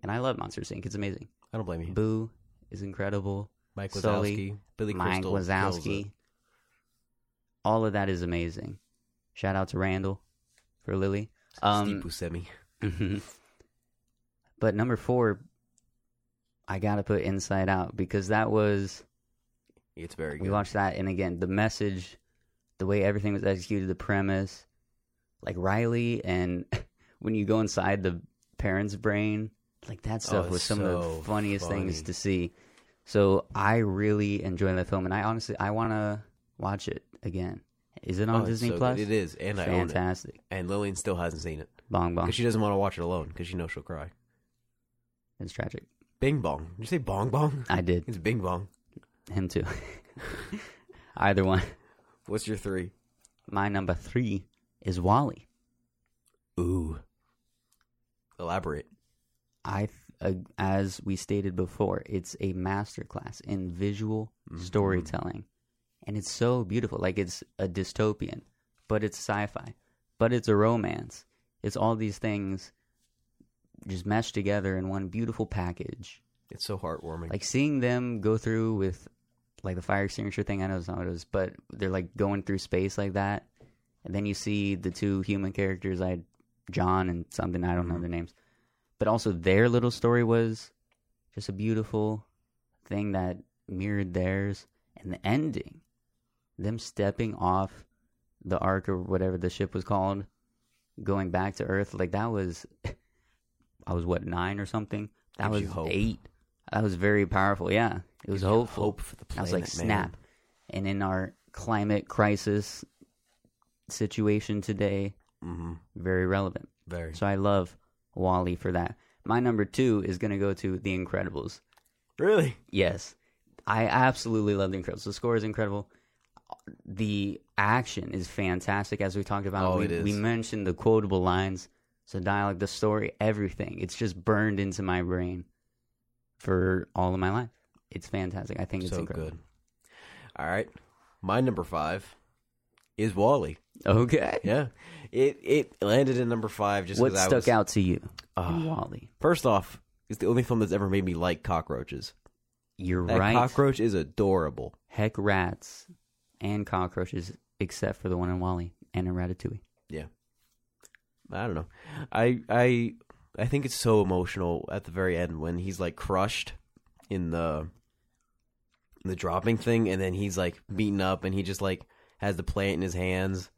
A: And I love Monsters Inc. It's amazing.
B: I don't blame you.
A: Boo is incredible.
B: Mike Wazowski,
A: Sully,
B: Billy
A: Mike
B: Crystal, kills it.
A: Wazowski. All of that is amazing. Shout out to Randall for Lily. Um,
B: Steve Buscemi.
A: Mhm. But number four, I gotta put Inside Out because that was
B: It's very
A: we
B: good.
A: watched that, and again the message, the way everything was executed, the premise, like Riley, and when you go inside the parents' brain, like that stuff
B: Oh, it's
A: was some of
B: so
A: the funniest things
B: funny.
A: to see. So I really enjoy that film, and I honestly I wanna watch it again. Is it on
B: Oh, it's
A: Disney
B: so
A: Plus?
B: good. It is, and I own it.
A: Fantastic.
B: And Lillian still hasn't seen it
A: Bong bong.
B: because she doesn't want to watch it alone because she knows she'll cry.
A: It's tragic.
B: Bing bong. Did you say bong bong?
A: I did.
B: It's bing bong.
A: Him too. Either one.
B: What's your three?
A: My number three is Wally.
B: Ooh. Elaborate.
A: I, th- uh, as we stated before, it's a masterclass in visual storytelling, and it's so beautiful. Like it's a dystopian, but it's sci-fi, but it's a romance. It's all these things just meshed together in one beautiful package.
B: It's so heartwarming.
A: Like seeing them go through with, like the fire extinguisher thing. I know it's not what it was, but they're like going through space like that, and then you see the two human characters, I, John and something. I don't
B: Mm-hmm.
A: know their names, but also their little story was just a beautiful thing that mirrored theirs, and the ending, them stepping off the ark or whatever the ship was called, going back to Earth. Like that was, I was what nine or something. That
B: Gives you
A: was
B: hope.
A: eight. That was very powerful. Yeah, it was hopeful.
B: hope for the
A: I was like,
B: planet, man.
A: snap. And in our climate crisis situation today,
B: Mhm.
A: very relevant.
B: Very.
A: So I love Wally for that. My number two is going to go to The Incredibles.
B: Really?
A: Yes, I absolutely love The Incredibles. The score is incredible. The action is fantastic, as we talked about.
B: Oh,
A: we,
B: it is.
A: we mentioned the quotable lines, the dialogue, the story, everything. It's just burned into my brain for all of my life. It's fantastic. I think it's
B: so
A: incredible.
B: good. All right. My number five is Wally.
A: Okay.
B: Yeah. It it landed at number five just
A: What
B: because I
A: stuck
B: was.
A: out to you in
B: Ah.
A: Wally?
B: First off, it's the only film that's ever made me like cockroaches.
A: You're
B: That
A: right.
B: cockroach is adorable.
A: Heck, rats and cockroaches, except for the one in Wally and in Ratatouille.
B: Yeah. I don't know. I I I think it's so emotional at the very end when he's like crushed in the in the dropping thing and then he's like beaten up and he just like has the plant in his hands.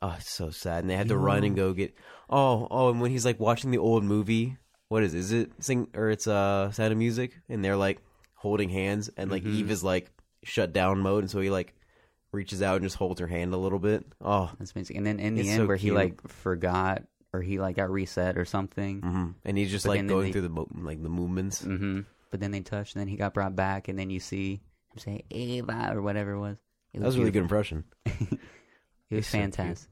B: Oh, it's so sad. And they had to run and go get Oh, oh, and when he's like watching the old movie, what is it? Is it sing or it's uh Sound of Music and they're like holding hands and like Eve is like shut down mode and so he like reaches out and just holds her hand a little bit. Oh,
A: That's amazing. And then in the
B: It's
A: end,
B: so
A: where he
B: cute.
A: like forgot or he like got reset or something.
B: hmm And he's just
A: Mm-hmm. But
B: like
A: then- then
B: going
A: they-
B: through the mo- like the movements.
A: hmm But then they touched, and then he got brought back, and then you see him say Ava or whatever it was. It
B: That was a really good impression.
A: It was
B: It's so cute.
A: fantastic.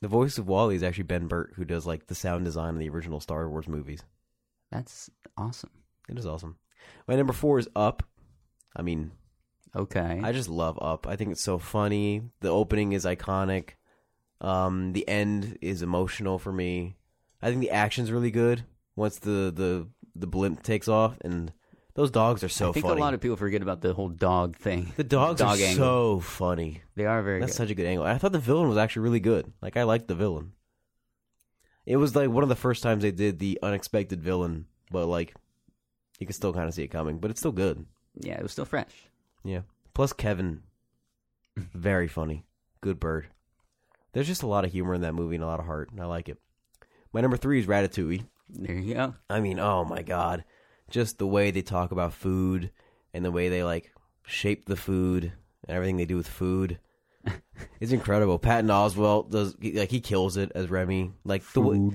B: The voice of Wally is actually Ben Burt, who does like the sound design in the original Star Wars movies.
A: That's awesome.
B: It is awesome. My number four is Up. I mean,
A: Okay.
B: I just love Up. I think it's so funny. The opening is iconic. Um, the end is emotional for me. I think the action's really good once the the the blimp takes off, and those dogs are so
A: I think
B: funny.
A: a lot of people forget about the whole dog thing.
B: the dogs
A: dog
B: are
A: angle.
B: so funny.
A: They are very
B: That's
A: good.
B: such a good angle. I thought the villain was actually really good. Like I liked the villain. It was like one of the first times they did the unexpected villain, but like you can still kind of see it coming. But it's still good.
A: yeah, it was still fresh.
B: Yeah. Plus Kevin, very funny. Good bird. There's just a lot of humor in that movie and a lot of heart, and I like it. My number three is Ratatouille.
A: There you go.
B: I mean, oh my god, just the way they talk about food and the way they like shape the food and everything they do with food. it's incredible. Patton Oswalt does he- like he kills it as Remy. Like the way,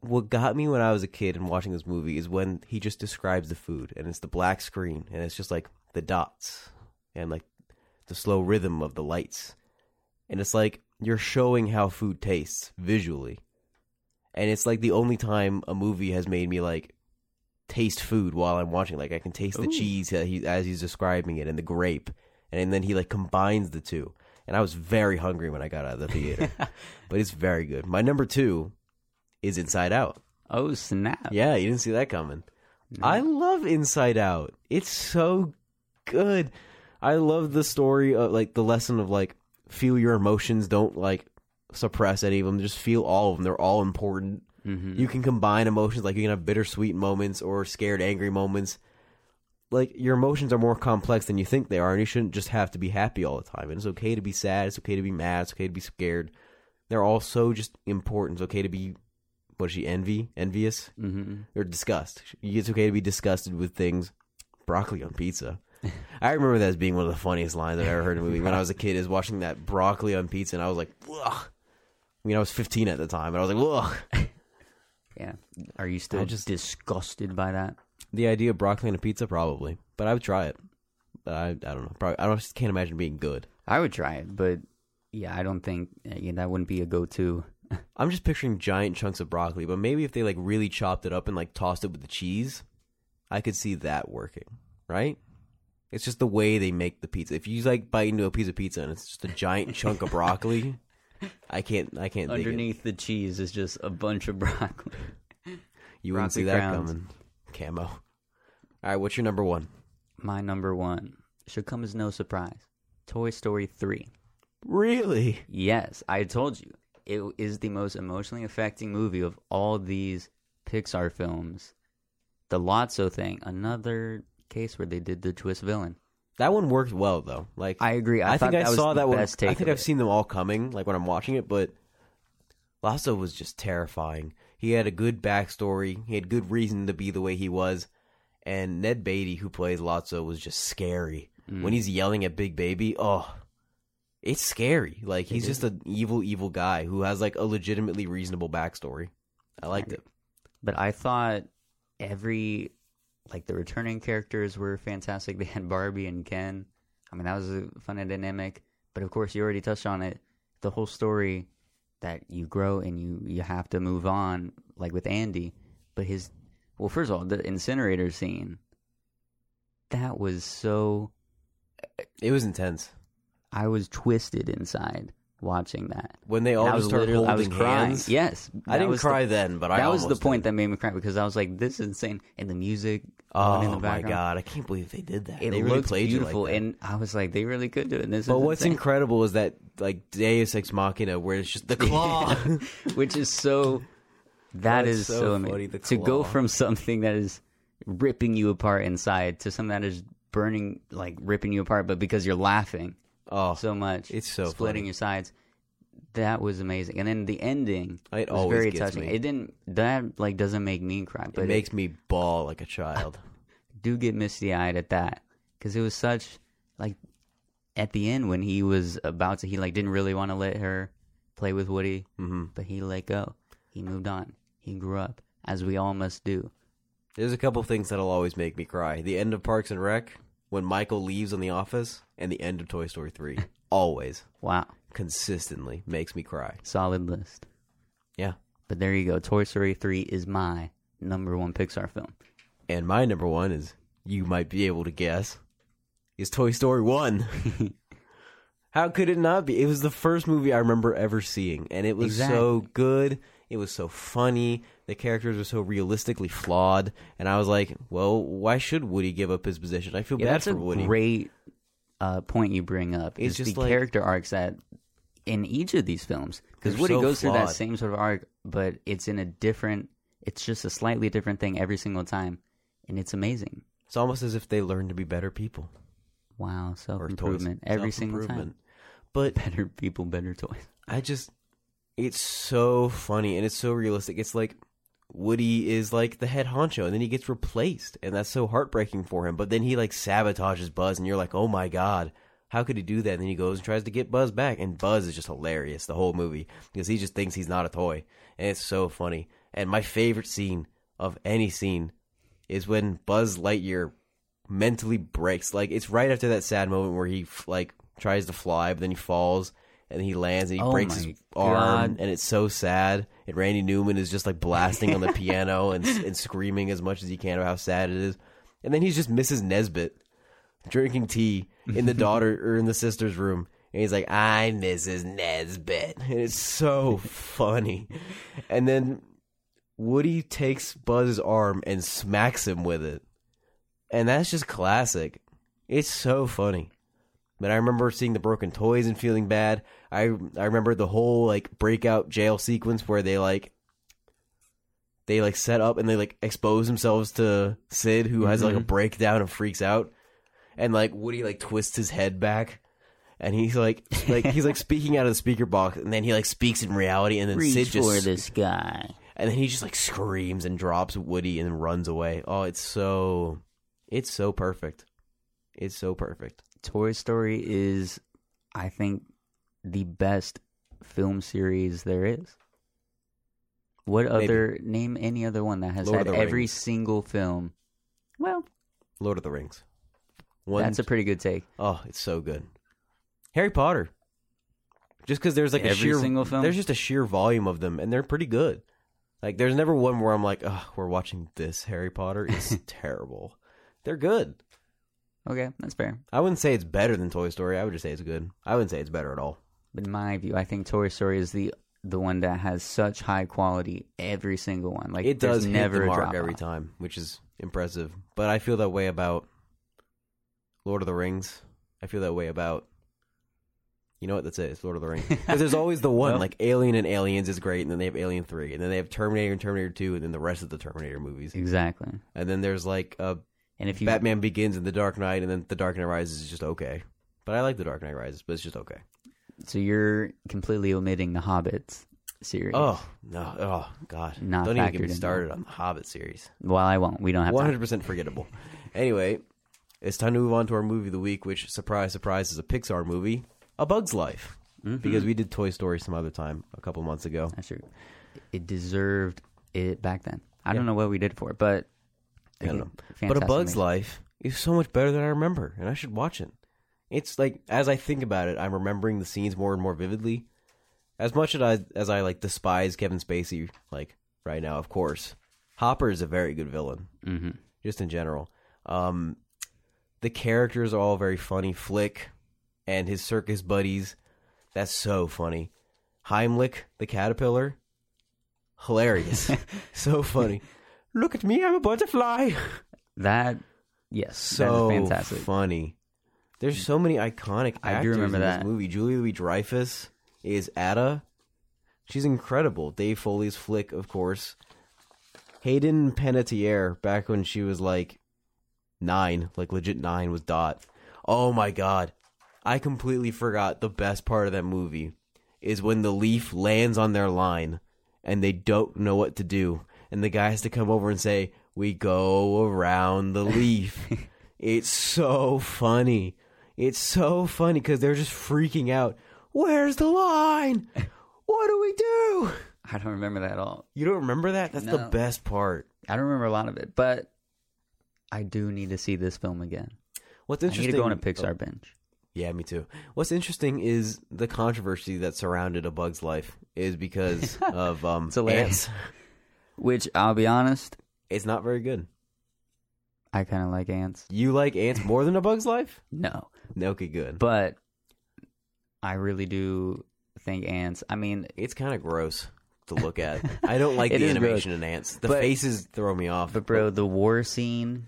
B: what got me when I was a kid and watching this movie is when he just describes the food and it's the black screen and it's just like the dots and like the slow rhythm of the lights. And it's like you're showing how food tastes visually. And it's like the only time a movie has made me like taste food while I'm watching. Like I can taste the
A: Ooh.
B: cheese that he, as he's describing it and the grape. And then he like combines the two. And I was very hungry when I got out of the theater. but it's very good. My number two is Inside Out.
A: Oh snap!
B: Yeah, you didn't see that coming.
A: No.
B: I love Inside Out. It's so good. I love the story of like the lesson of like feel your emotions, don't like suppress any of them, just feel all of them. They're all important.
A: Mhm.
B: You can combine emotions, like you can have bittersweet moments or scared, angry moments. Like your emotions are more complex than you think they are, and you shouldn't just have to be happy all the time. And it's okay to be sad. It's okay to be mad. It's okay to be scared. They're all so just important. It's okay to be what is she envy, envious
A: Mhm.
B: or disgust. It's okay to be disgusted with things. Broccoli on pizza. I remember that as being one of the funniest lines I've ever heard in a movie. When I was a kid, is watching that broccoli on pizza, and I was like, "Ugh." I mean, I was 15 at the time, and I was like, "Ugh."
A: Yeah. Are you still
B: I
A: just
B: just-
A: disgusted by that?
B: The idea of broccoli on a pizza, probably, but I would try it. But I, I don't know. Probably, I don't, I just can't imagine being good.
A: I would try it, but yeah, I don't think uh, yeah, that wouldn't be a go-to.
B: I'm just picturing giant chunks of broccoli, but maybe if they like really chopped it up and like tossed it with the cheese, I could see that working, right? It's just the way they make the pizza. If you like bite into a piece of pizza and it's just a giant chunk of broccoli, I can't, I can't Underneath,
A: Underneath the cheese is just a bunch of broccoli.
B: You wouldn't see
A: broccoli
B: that
A: crowns.
B: coming. Camo. All right, what's your number one?
A: My number one should come as no surprise. Toy Story three.
B: Really?
A: Yes, I told you. It is the most emotionally affecting movie of all these Pixar films. The Lotso thing, another case where they did the twist villain.
B: That one worked well though. Like
A: I agree. I,
B: I,
A: thought
B: think I
A: was
B: saw
A: the
B: that one. I
A: best take
B: think I've
A: of it.
B: seen them all coming, like when I'm watching it. But Lasso was just terrifying. He had a good backstory. He had good reason to be the way he was. And Ned Beatty, who plays Lasso, was just scary.
A: Mm.
B: When he's yelling at Big Baby, oh, it's scary. Like he's just an evil, evil guy who has like a legitimately reasonable backstory. I liked it.
A: But I thought every like the returning characters were fantastic. They had Barbie and Ken. I mean, that was a fun dynamic. But of course, you already touched on it. The whole story that you grow and you you have to move on, like with Andy. But his well, first of all, the incinerator scene that was so
B: It was intense
A: I was twisted inside watching that.
B: when they
A: And
B: all
A: I was
B: just started
A: literally
B: holding
A: I was crying.
B: hands.
A: Yes,
B: I
A: that
B: didn't
A: was the-
B: cry then, but I
A: that was the
B: almost
A: point
B: did.
A: that made me cry because I was like, "This is insane!" And the music,
B: Oh
A: going in the
B: my
A: background,
B: god! I can't believe they did that.
A: it
B: they really
A: looked
B: played you like
A: beautiful,
B: that.
A: and I was like, "They really could do it." This
B: But
A: is
B: what's
A: insane.
B: incredible is that like Deus Ex Machina, where it's just the claw.
A: which is so that
B: Oh, it's
A: is
B: so
A: so,
B: funny,
A: amazing
B: the
A: to go
B: claw.
A: from something that is ripping you apart inside to something that is burning, like ripping you apart, but because you're laughing
B: oh,
A: so much,
B: It's so
A: splitting
B: funny.
A: your sides. That was amazing, and then the ending
B: It
A: was
B: always
A: very
B: gets
A: touching.
B: me.
A: It didn't that like doesn't make me cry, but
B: it makes me bawl like a child.
A: do get misty eyed at that because it was such like at the end when he was about to he like didn't really want to let her play with Woody,
B: hmm
A: but he let go. He moved on. He grew up, as we all must do.
B: There's a couple things that'll always make me cry: the end of Parks and Rec, when Michael leaves in the office, and the end of Toy Story Three. always,
A: Wow,
B: consistently makes me cry.
A: solid list.
B: Yeah.
A: But there you go. Toy Story three is my number one Pixar film.
B: And my number one is you might be able to guess is Toy Story 1. How could it not be? It was the first movie I remember ever seeing and it was so good. It was so funny. The characters were so realistically flawed and I was like, "Well, why should Woody give up his position? I feel
A: Yeah,
B: bad
A: that's
B: for
A: a
B: Woody."
A: great uh, point you bring up.
B: It's
A: is
B: just
A: the
B: like-
A: character arcs that in each of these films because
B: They're
A: Woody
B: so
A: goes through that
B: flawed.
A: same sort of arc, but it's in a different. It's just a slightly different thing every single time, and it's amazing.
B: it's almost as if they learned to be better people
A: Wow, self
B: or toys.
A: improvement every single time.
B: Self-improvement. But
A: Better people, better toys.
B: I just it's so funny and it's so realistic. It's like Woody is like the head honcho, and then he gets replaced, and that's so heartbreaking for him. But then he like sabotages Buzz, and you're like, oh my god, how could he do that? And then he goes and tries to get Buzz back, and Buzz is just hilarious the whole movie because he just thinks he's not a toy, and it's so funny. And my favorite scene of any scene is when Buzz Lightyear mentally breaks. Like it's right after that sad moment where he f- like tries to fly, but then he falls and he lands and he
A: Oh
B: breaks
A: my
B: his arm,
A: God.
B: and it's so sad. And Randy Newman is just like blasting on the piano and and screaming as much as he can about how sad it is. And then he's just Mrs. Nesbit drinking tea in the daughter or in the sister's room. And he's like, I'm Mrs. Nesbit. And it's so funny. And then Woody takes Buzz's arm and smacks him with it. And that's just classic. It's so funny. But I remember seeing the broken toys and feeling bad. I I remember the whole like breakout jail sequence where they like they like set up and they like expose themselves to Sid who has
A: Mm-hmm.
B: like a breakdown and freaks out. And like Woody like twists his head back and he's like like he's like speaking out of the speaker box and then he like speaks in reality and then Sid
A: Reach
B: just
A: for the sky.
B: and then he just like screams and drops Woody and then runs away. Oh, it's so it's so perfect. It's so perfect.
A: Toy Story is, I think, the best film series there is. What
B: Maybe.
A: other name any other one that has
B: Lord of
A: had
B: the
A: every
B: Rings.
A: single film? Well,
B: Lord of the Rings. One,
A: that's a pretty good take.
B: oh, it's so good. Harry Potter. Just because there's like a
A: Every
B: sheer
A: single film?
B: there's just a sheer volume of them, and they're pretty good. Like there's never one where I'm like, oh, we're watching this Harry Potter. It's terrible. They're good.
A: Okay, that's fair.
B: I wouldn't say it's better than Toy Story. I would just say it's good. I wouldn't say it's better at all.
A: But in my view, I think Toy Story is the the one that has such high quality every single one. Like
B: it
A: there's
B: does
A: never
B: hit the
A: a
B: mark
A: drop
B: every
A: off.
B: time, which is impressive. But I feel that way about Lord of the Rings. I feel that way about. You know what? That's it. It's Lord of the Rings. Because there's always the one
A: Well-
B: like Alien and Aliens is great, and then they have Alien Three, and then they have Terminator and Terminator Two, and then the rest of the Terminator movies,
A: Exactly.
B: and then there's like uh,
A: And if you
B: Batman Begins and The Dark Knight, and then The Dark Knight Rises is just okay. But I like The Dark Knight Rises, but it's just okay.
A: so you're completely omitting the Hobbits series.
B: Oh no! Oh god!
A: Not
B: Don't even
A: factored
B: get
A: in.
B: me started on the Hobbit series.
A: well, I won't. We don't have
B: One
A: time.
B: hundred percent forgettable. Anyway, it's time to move on to our movie of the week, which surprise, surprise, is a Pixar movie, A Bug's Life, because we did Toy Story some other time a couple months ago.
A: That's true. It deserved it back then. I don't know what we did for it, but
B: I don't know, but A
A: Fantastic
B: Bug's
A: movie.
B: Life is so much better than I remember, and I should watch it. It's like as I think about it, I'm remembering the scenes more and more vividly. As much as I as I like despise Kevin Spacey, like right now, of course, Hopper is a very good villain.
A: hmm
B: just in general. Um, the characters are all very funny. Flick and his circus buddies, that's so funny. Heimlich, the caterpillar, hilarious, so funny. Look at me, I'm a butterfly.
A: that yes,
B: So
A: that is fantastic.
B: funny. There's so many iconic. Actors
A: I do remember
B: in
A: that.
B: this movie. Julie Louis Dreyfus is Ada. She's incredible. Dave Foley's Flick, of course. Hayden Panettiere, back when she was like nine, like legit nine, was Dot. Oh my god, I completely forgot the best part of that movie is when the leaf lands on their line and they don't know what to do. And the guy has to come over and say, We go around the leaf. it's so funny. It's so funny because they're just freaking out. Where's the line? What do we do?
A: I don't remember that at all.
B: You don't remember that? That's the
A: No.
B: best part.
A: I don't remember a lot of it, but I do need to see this film again.
B: What's
A: I need
B: interesting? Oh,
A: to go on a Pixar binge.
B: Yeah, me too. What's interesting is the controversy that surrounded A Bug's Life is because of um,
A: It's hilarious.
B: ants.
A: Which I'll be honest,
B: It's not very good.
A: I kind of like ants.
B: You like ants more than A Bug's Life?
A: No,
B: No, okay, good.
A: but I really do think ants. I mean,
B: It's kind of gross to look at. I don't like
A: It
B: the
A: is gross.
B: animation in ants. The
A: But-
B: faces throw me off.
A: but bro, the war scene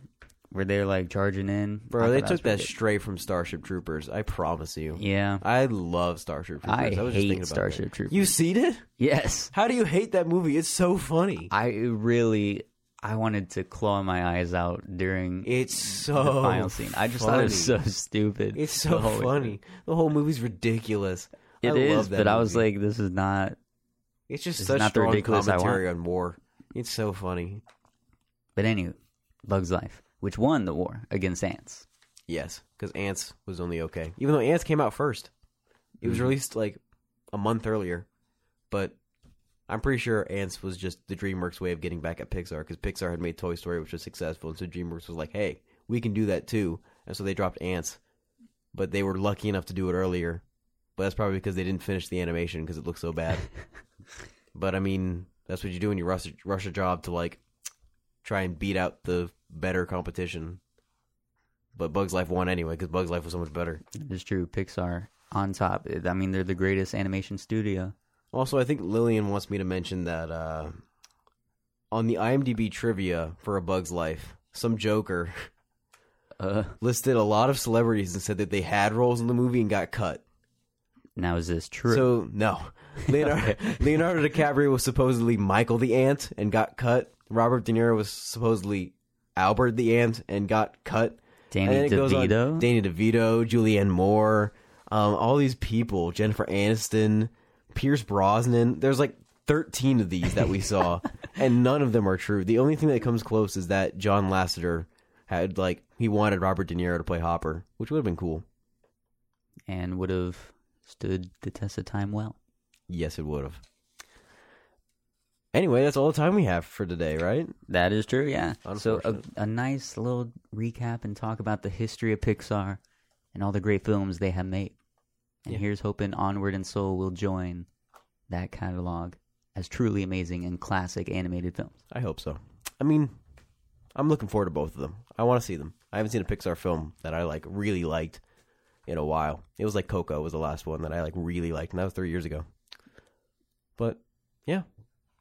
A: where they're like charging in, I
B: bro,
A: thought
B: they
A: was
B: took that
A: pretty good.
B: straight from Starship Troopers. I promise you.
A: yeah,
B: I love Starship Troopers.
A: I,
B: I, was just thinking
A: hate
B: about
A: Starship
B: That.
A: Troopers.
B: You seen it?
A: yes,
B: How do you hate that movie? It's so funny.
A: I really I wanted to claw my eyes out during
B: It's so
A: the final scene. I just thought it was so
B: Oh, funny.
A: stupid.
B: It's
A: the
B: so
A: whole way
B: funny. The whole movie's ridiculous.
A: through.
B: I
A: It is,
B: love that
A: but I was
B: movie.
A: like, this is not.
B: it's just
A: it's
B: such
A: not the
B: strong
A: ridiculous I want.
B: commentary on war. It's so funny.
A: But anyway, Bug's Life, which won the war against ants.
B: Yes, because Ants was only okay. Even though Ants came out first, it was released like a month earlier. But I'm pretty sure Ants was just the DreamWorks way of getting back at Pixar because Pixar had made Toy Story, which was successful, and so DreamWorks was like, "Hey, we can do that too," and so they dropped Ants. But they were lucky enough to do it earlier. But that's probably because they didn't finish the animation because it looked so bad. but I mean, that's what you do when you rush, rush a job to like try and beat out the better competition. But Bugs Life won anyway because Bugs Life was so much better.
A: It's true. Pixar on top. I mean, they're the greatest animation studio.
B: Also, I think Lillian wants me to mention that uh, on the IMDb trivia for A Bug's Life, some joker
A: Uh,
B: listed a lot of celebrities and said that they had roles in the movie and got cut.
A: now is this true?
B: So no, Leonardo, Leonardo DiCaprio was supposedly Michael the Ant and got cut. Robert De Niro was supposedly Albert the Ant and got cut.
A: Danny
B: And then it goes on.
A: DeVito?
B: Danny DeVito, Julianne Moore, um, all these people, Jennifer Aniston, Pierce Brosnan. There's like 13 of these that we saw, and none of them are true. The only thing that comes close is that John Lasseter had like he wanted Robert De Niro to play Hopper, which would have been cool.
A: and would have stood the test of time well.
B: Yes, it would have. Anyway, that's all the time we have for today, right?
A: That is true, yeah. So a,
B: Unfortunate.
A: a nice little recap and talk about the history of Pixar and all the great films they have made. And
B: Yeah.
A: here's hoping Onward and Soul will join that catalog as truly amazing and classic animated films.
B: I hope so. I mean, I'm looking forward to both of them. I want to see them. I haven't seen a Pixar film that I like really liked in a while. It was like Coco was the last one that I like really liked, and that was three years ago. But yeah,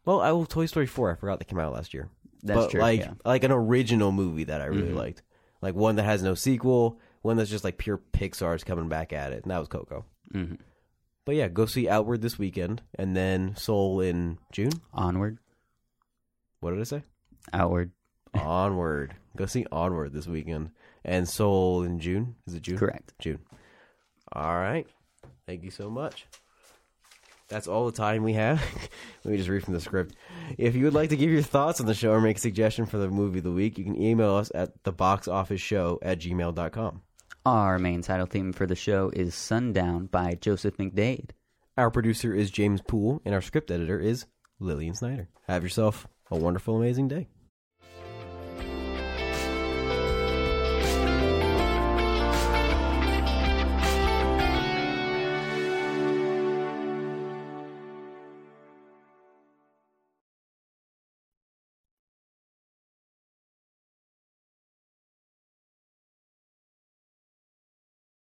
B: well, I will Toy Story four. I forgot that came out last year.
A: That's
B: but
A: true,
B: Like
A: yeah.
B: like an original movie that I really
A: Mhm.
B: liked, like one that has no sequel, one that's just like pure Pixar's coming back at it, and that was Coco.
A: hmm
B: But yeah, go see Outward this weekend, and then Soul in June.
A: Onward,
B: What did I say?
A: Outward,
B: Onward. Go see Onward this weekend. And Soul in June. Is it June?
A: correct.
B: June. All right. Thank you so much. That's all the time we have. Let me just read from the script. If you would like to give your thoughts on the show or make a suggestion for the movie of the week, you can email us at theboxofficeshow at gmail.com.
A: Our main title theme for the show is Sundown by Joseph McDade.
B: Our producer is James Poole, and our script editor is Lillian Snyder. Have yourself a wonderful, amazing day.